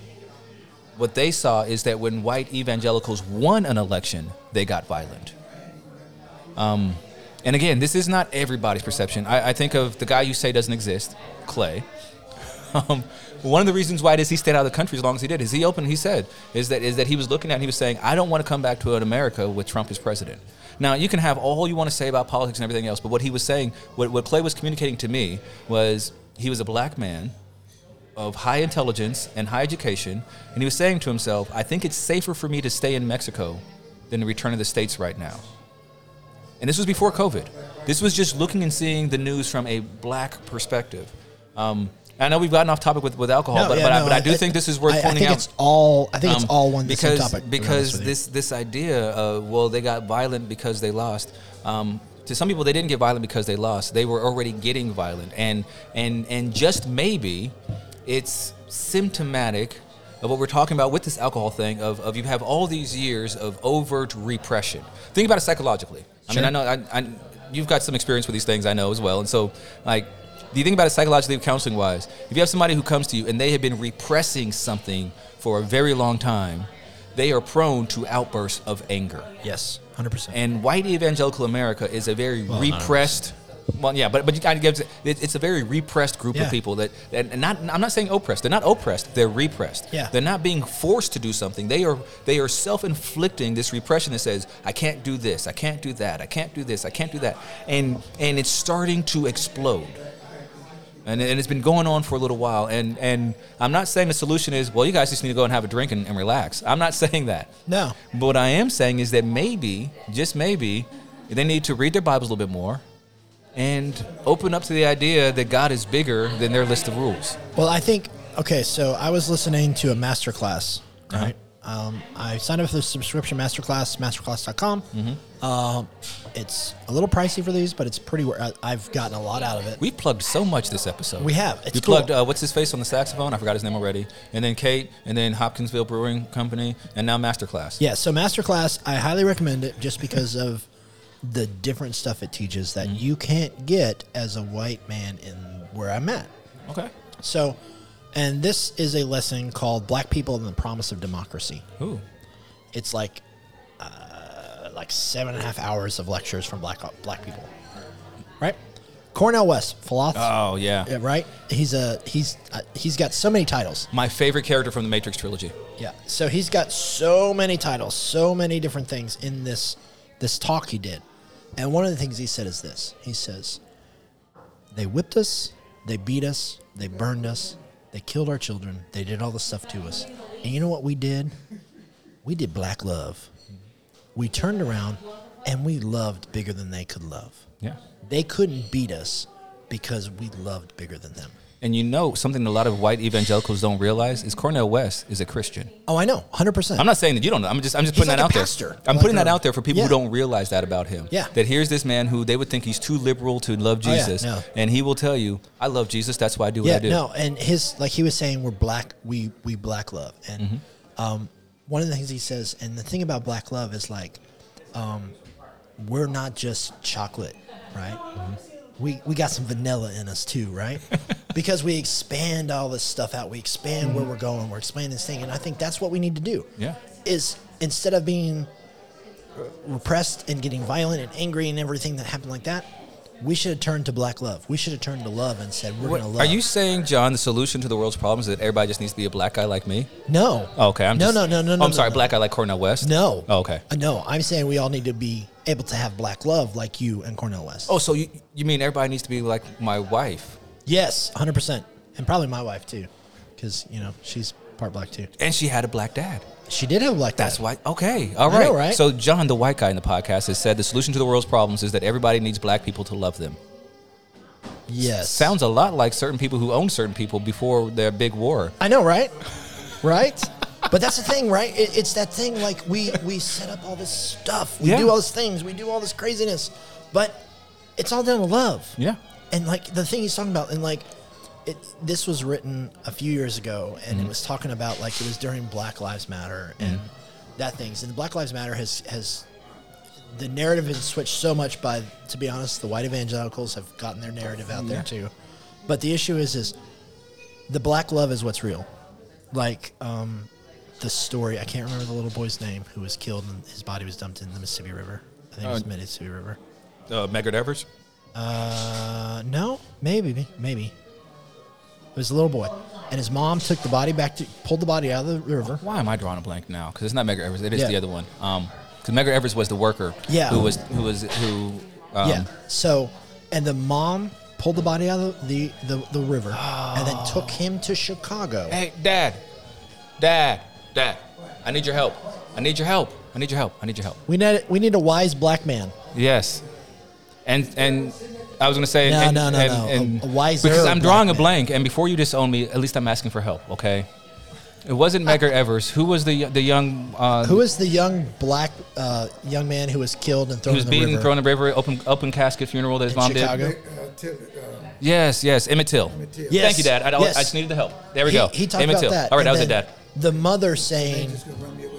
Speaker 2: what they saw is that when white evangelicals won an election, they got violent. Um, And again, this is not everybody's perception. I, I think of the guy you say doesn't exist, Clay. Um, one of the reasons why it is he stayed out of the country as long as he did is he opened. He said is that is that he was looking at. it and He was saying, I don't want to come back to an America with Trump as president. Now you can have all you want to say about politics and everything else, but what he was saying, what, what Clay was communicating to me was he was a black man of high intelligence and high education, and he was saying to himself, I think it's safer for me to stay in Mexico than to return to the states right now. And this was before COVID. This was just looking and seeing the news from a black perspective. Um, I know we've gotten off topic with, with alcohol,
Speaker 1: No,
Speaker 2: but,
Speaker 1: yeah,
Speaker 2: but, I,
Speaker 1: no,
Speaker 2: but I do think this is worth
Speaker 1: I, I
Speaker 2: pointing
Speaker 1: think
Speaker 2: out.
Speaker 1: It's all, I think it's
Speaker 2: Um,
Speaker 1: all one the same
Speaker 2: because
Speaker 1: topic. to be honest
Speaker 2: because
Speaker 1: with you.
Speaker 2: this this idea of well they got violent because they lost. Um, to some people, they didn't get violent because they lost. They were already getting violent, and and and just maybe it's symptomatic of what we're talking about with this alcohol thing. Of of you have all these years of overt repression. Think about it psychologically. I mean,
Speaker 1: Sure.
Speaker 2: I know I, I, you've got some experience with these things, I know as well, and so like do you think about it psychologically, counseling wise? If you have somebody who comes to you and they have been repressing something for a very long time, they are prone to outbursts of anger.
Speaker 1: yes, hundred percent.
Speaker 2: And white evangelical America is a very
Speaker 1: Well, not
Speaker 2: repressed. Well, yeah, but but you kind of gives it, it's a very repressed group
Speaker 1: Yeah.
Speaker 2: of people that and not I'm not saying oppressed. They're not oppressed. They're repressed.
Speaker 1: Yeah.
Speaker 2: They're not being forced to do something. They are they are self-inflicting this repression that says I can't do this. I can't do that. I can't do this. I can't do that. And and it's starting to explode. And, and it's been going on for a little while. And, and I'm not saying the solution is, well, you guys just need to go and have a drink and, and relax. I'm not saying that.
Speaker 1: No,
Speaker 2: But what I am saying is that maybe, just maybe, they need to read their Bibles a little bit more and open up to the idea that God is bigger than their list of rules.
Speaker 1: well, I think okay. So I was listening to a master class. Right. Um, I signed up for the subscription masterclass, masterclass.com. Um, it's a little pricey for these, but it's pretty. wor- I- I've gotten a lot out of it.
Speaker 2: We've plugged so much this episode.
Speaker 1: We have. It's
Speaker 2: we
Speaker 1: cool.
Speaker 2: plugged uh, what's his face on the saxophone? I forgot his name already. And then Kate, and then Hopkinsville Brewing Company, and now Masterclass.
Speaker 1: Yeah, so Masterclass, I highly recommend it just because of the different stuff it teaches that you can't get as a white man in where I'm at.
Speaker 2: Okay.
Speaker 1: So, and this is a lesson called Black People and the Promise of Democracy.
Speaker 2: Ooh.
Speaker 1: It's like uh, like seven and a half hours of lectures from black black people, right? Cornell West, philosophy,
Speaker 2: Oh yeah.
Speaker 1: right? He's a he's uh, he's got so many titles.
Speaker 2: My favorite character from the Matrix trilogy.
Speaker 1: Yeah. So he's got so many titles, so many different things in this this talk he did. And one of the things he said is this. He says, "They whipped us, they beat us, they burned us, They killed our children. They did all this stuff to us. And you know what we did? We did black love. We turned around and we loved bigger than they could love.
Speaker 2: Yeah.
Speaker 1: They couldn't beat us because we loved bigger than them.
Speaker 2: And you know something a lot of white evangelicals don't realize is Cornell West is a Christian.
Speaker 1: Oh, I know, 100%.
Speaker 2: I'm not saying that you don't know. I'm just I'm just
Speaker 1: He's
Speaker 2: putting that
Speaker 1: like a
Speaker 2: out
Speaker 1: pastor.
Speaker 2: there. I'm
Speaker 1: Like
Speaker 2: putting that
Speaker 1: a-
Speaker 2: out there for people
Speaker 1: yeah.
Speaker 2: who don't realize that about him.
Speaker 1: Yeah. Oh,
Speaker 2: That here's this man who they would think he's too liberal to love
Speaker 1: yeah,
Speaker 2: Jesus,
Speaker 1: no.
Speaker 2: and he will tell you, "I love Jesus. That's why I do what
Speaker 1: yeah,
Speaker 2: I do."
Speaker 1: no, and his like he was saying we're black, we we black love, and
Speaker 2: Mm-hmm.
Speaker 1: um, one of the things he says, and the thing about black love is like, um, we're not just chocolate, right?
Speaker 2: Mm-hmm.
Speaker 1: We we got some vanilla in us too, right? because we expand all this stuff out, we expand where we're going, we're expanding this thing, and I think that's what we need to do.
Speaker 2: Mm-hmm. Yeah.
Speaker 1: is instead of being uh, repressed and getting violent and angry and everything that happened like that. We should have turned to black love. We should have turned to love and said, "We're
Speaker 2: What-
Speaker 1: going to love."
Speaker 2: are you saying, John, the solution to the world's problems is that everybody just needs to be a black guy like me?
Speaker 1: No.
Speaker 2: Oh, okay, I'm
Speaker 1: no,
Speaker 2: just,
Speaker 1: no, no, no,
Speaker 2: oh,
Speaker 1: no. no,
Speaker 2: I'm sorry,
Speaker 1: no.
Speaker 2: black guy like Cornell West.
Speaker 1: No.
Speaker 2: Oh, okay.
Speaker 1: Uh, No, I'm saying we all need to be able to have black love like you and Cornell West.
Speaker 2: Oh, so you you mean everybody needs to be like my wife,
Speaker 1: yes, 100, percent and probably my wife too, because you know she's part black too.
Speaker 2: and she had a black dad.
Speaker 1: She did have black.
Speaker 2: That's
Speaker 1: dad.
Speaker 2: why. Okay. All
Speaker 1: I
Speaker 2: right.
Speaker 1: know, right?
Speaker 2: So John, the white guy in the podcast, has said the solution to the world's problems is that everybody needs black people to love them.
Speaker 1: Yes.
Speaker 2: Sounds a lot like certain people who owned certain people before their big war.
Speaker 1: I know, right? Right. But that's the thing, right? It, it's that thing like we we set up all this stuff, we
Speaker 2: Yeah.
Speaker 1: do all these things, we do all this craziness, but it's all down to love.
Speaker 2: Yeah.
Speaker 1: and like the thing he's talking about and like it, this was written a few years ago and it was talking about like it was during black lives matter and that things and black lives matter has has the narrative has switched so much by to be honest the white evangelicals have gotten their narrative out there too but the issue is is the black love is what's real like um the story i can't remember the little boy's name who was killed and his body was dumped in the mississippi river i think it was
Speaker 2: Uh,
Speaker 1: mississippi river
Speaker 2: Uh, Meggard Evers.
Speaker 1: uh, no, maybe, maybe. It was a little boy, and his mom took the body back to pulled the body out of the river.
Speaker 2: Why am I drawing a blank now? Because it's not Meggard Evers. It is
Speaker 1: Yeah.
Speaker 2: the other one. Um, because Meggard Evers was the worker.
Speaker 1: Yeah.
Speaker 2: Who was who was who. Um,
Speaker 1: yeah. So, and the mom pulled the body out of the the, the river, and then
Speaker 2: Oh.
Speaker 1: took him to Chicago.
Speaker 2: Hey, Dad, Dad, Dad, I need your help. I need your help. I need your help. I need your help.
Speaker 1: We need we need a wise black man.
Speaker 2: Yes. And and I was gonna say
Speaker 1: No,
Speaker 2: and,
Speaker 1: no, no,
Speaker 2: and,
Speaker 1: no.
Speaker 2: and-
Speaker 1: A- a wiser
Speaker 2: because I'm
Speaker 1: black
Speaker 2: drawing a
Speaker 1: man.
Speaker 2: blank, and before you disown me, at least I'm asking for help. Okay. It wasn't Megar Evers. Who was the the young? Uh,
Speaker 1: Who is the young black uh, young man who was killed and
Speaker 2: He
Speaker 1: thrown
Speaker 2: was
Speaker 1: in the
Speaker 2: beaten,
Speaker 1: river
Speaker 2: thrown in the river, open open casket funeral that his
Speaker 1: in
Speaker 2: mom
Speaker 1: Chicago?
Speaker 2: did.
Speaker 5: Uh, Till, uh,
Speaker 2: Yes, yes, Emmett Till.
Speaker 5: Till.
Speaker 1: Yes.
Speaker 2: Thank you, Dad. I, I
Speaker 1: Yes.
Speaker 2: just needed the help. There we
Speaker 1: He,
Speaker 2: go.
Speaker 1: he talked
Speaker 2: Emmett
Speaker 1: about
Speaker 2: Till.
Speaker 1: that.
Speaker 2: All right,
Speaker 1: and
Speaker 2: that was it,
Speaker 1: then
Speaker 2: Dad.
Speaker 1: The mother saying,
Speaker 5: just gonna run me away.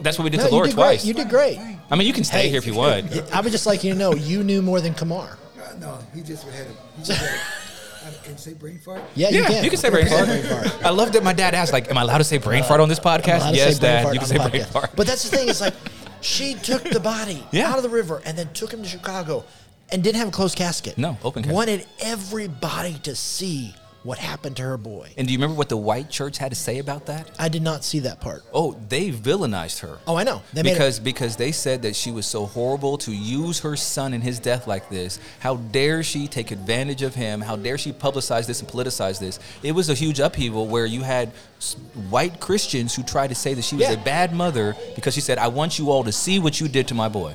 Speaker 2: That's what we did
Speaker 1: "No,
Speaker 2: to
Speaker 1: you
Speaker 2: Laura
Speaker 1: did
Speaker 2: twice.
Speaker 1: great. You did great."
Speaker 2: I mean, you can stay
Speaker 1: Hey.
Speaker 2: here if you want.
Speaker 1: I would just like you to know you knew more than Kamar.
Speaker 5: Uh, no, he just had a. He just had a I can you say brain fart.
Speaker 1: Yeah, you
Speaker 2: Yeah,
Speaker 1: can.
Speaker 2: you can say brain fart. I love that my dad asked, like, am I allowed to say brain fart on this
Speaker 1: Uh, allowed
Speaker 2: podcast?
Speaker 1: to
Speaker 2: Yes,
Speaker 1: say brain
Speaker 2: Dad,
Speaker 1: fart
Speaker 2: you can
Speaker 1: on
Speaker 2: say
Speaker 1: the
Speaker 2: brain
Speaker 1: podcast.
Speaker 2: fart.
Speaker 1: But that's the thing is like, she took the body
Speaker 2: Yeah.
Speaker 1: out of the river and then took him to Chicago, and didn't have a closed casket.
Speaker 2: No, open casket.
Speaker 1: Wanted everybody to see what happened to her boy.
Speaker 2: And do you remember what the white church had to say about that?
Speaker 1: I did not see that part.
Speaker 2: Oh, they villainized her.
Speaker 1: Oh, I know. They made it-
Speaker 2: because because they said that she was so horrible to use her son in his death like this. How dare she take advantage of him? How dare she publicize this and politicize this? It was a huge upheaval where you had s- white Christians who tried to say that she was
Speaker 1: Yeah.
Speaker 2: a bad mother because she said, "I want you all to see what you did to my boy."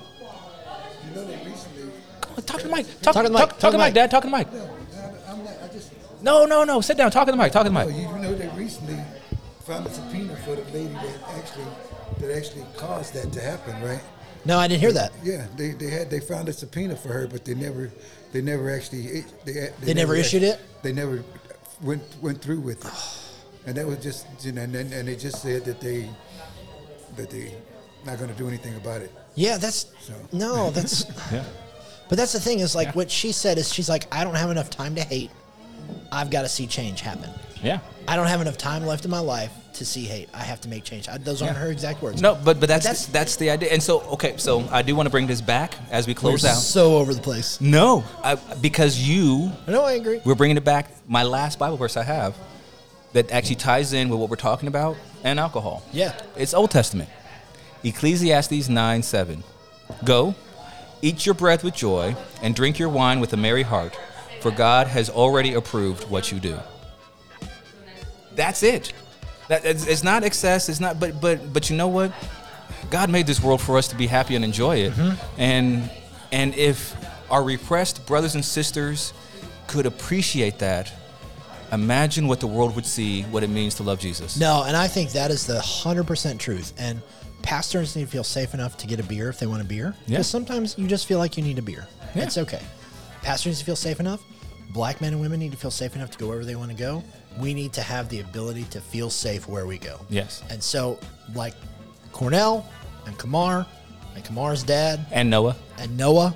Speaker 5: You know they recently.
Speaker 2: Come on, talk to the mic.
Speaker 1: Talk
Speaker 2: Talk,
Speaker 1: to
Speaker 2: talk,
Speaker 1: the mic.
Speaker 2: talk,
Speaker 1: Talk to the
Speaker 2: to the
Speaker 1: mic.
Speaker 2: mic, Dad. Talk to the mic.
Speaker 5: I, am like I just.
Speaker 2: No, no, no. Sit down. Talk to the mic. Talk to the
Speaker 5: Oh,
Speaker 2: mic.
Speaker 5: you know they recently found a subpoena for the lady that actually that actually caused that to happen, right?
Speaker 1: No, I didn't hear that.
Speaker 5: Yeah, they, they had they found a subpoena for her, but they never they never actually they they,
Speaker 1: They never issued it?
Speaker 5: They never went went through with it, and that was just you know, and then, and they just said that they that they not going to do anything about it.
Speaker 1: Yeah, that's no, that's. But that's the thing is like what she said is she's like I don't have enough time to hate. I've got to see change happen.
Speaker 2: Yeah.
Speaker 1: I don't have enough time left in my life to see hate. I have to make change. I, those aren't her exact words.
Speaker 2: No, but but that's
Speaker 1: that's-
Speaker 2: that's, the idea. And so, okay, so I do want to bring this back as we
Speaker 1: We're
Speaker 2: close out.
Speaker 1: so over the place.
Speaker 2: No, I, because you,
Speaker 1: No, I agree.
Speaker 2: we're bringing it back. My last Bible verse I have that actually ties in with what we're talking about and alcohol.
Speaker 1: Yeah.
Speaker 2: It's Old Testament. Ecclesiastes 9 7. Go, eat your bread with joy, and drink your wine with a merry heart, for God has already approved what you do. That's it. That, it's, it's not excess. It's not. But but but you know what? God made this world for us to be happy and enjoy it.
Speaker 1: Mm-hmm.
Speaker 2: And and if our repressed brothers and sisters could appreciate that, imagine what the world would see what it means to love Jesus.
Speaker 1: No, and I think that is the hundred percent truth. And pastors need to feel safe enough to get a beer if they want a beer.
Speaker 2: Yeah.
Speaker 1: Because sometimes you just feel like you need a beer.
Speaker 2: Yeah.
Speaker 1: It's okay. Pastors need to feel safe enough. Black men and women need to feel safe enough to go wherever they want to go. We need to have the ability to feel safe where we go.
Speaker 2: Yes.
Speaker 1: And so, like Cornell and Kamar and Kamar's dad
Speaker 2: And Noah.
Speaker 1: and Noah.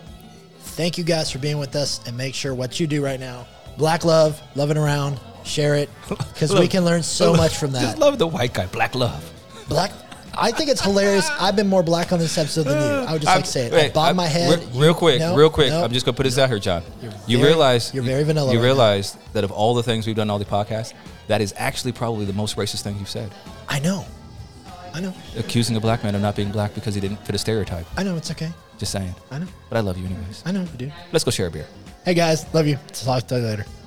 Speaker 1: Thank you guys for being with us and make sure what you do right now, black love, love it around, share it because we
Speaker 2: Love-
Speaker 1: can learn so much from that.
Speaker 2: Just love the white guy. Black love.
Speaker 1: Black. I think it's hilarious. I've been more black on this episode than you. I would just
Speaker 2: Uh, I'm-
Speaker 1: like to say it. I
Speaker 2: wait,
Speaker 1: bob
Speaker 2: I'm-
Speaker 1: my head.
Speaker 2: Real, real quick,
Speaker 1: No,
Speaker 2: real quick.
Speaker 1: no.
Speaker 2: I'm just gonna put this out here, John. you
Speaker 1: very-
Speaker 2: realize
Speaker 1: you're very vanilla
Speaker 2: You
Speaker 1: right
Speaker 2: realize that of all the things we've done, all the podcasts, that is actually probably the most racist thing you've said.
Speaker 1: I know. I know.
Speaker 2: Accusing a black man of not being black because he didn't fit a stereotype.
Speaker 1: I know. It's okay.
Speaker 2: Just saying.
Speaker 1: I know.
Speaker 2: But I love you anyways.
Speaker 1: I know, dude.
Speaker 2: Let's go share a beer.
Speaker 1: Hey guys, love you. Talk to you later.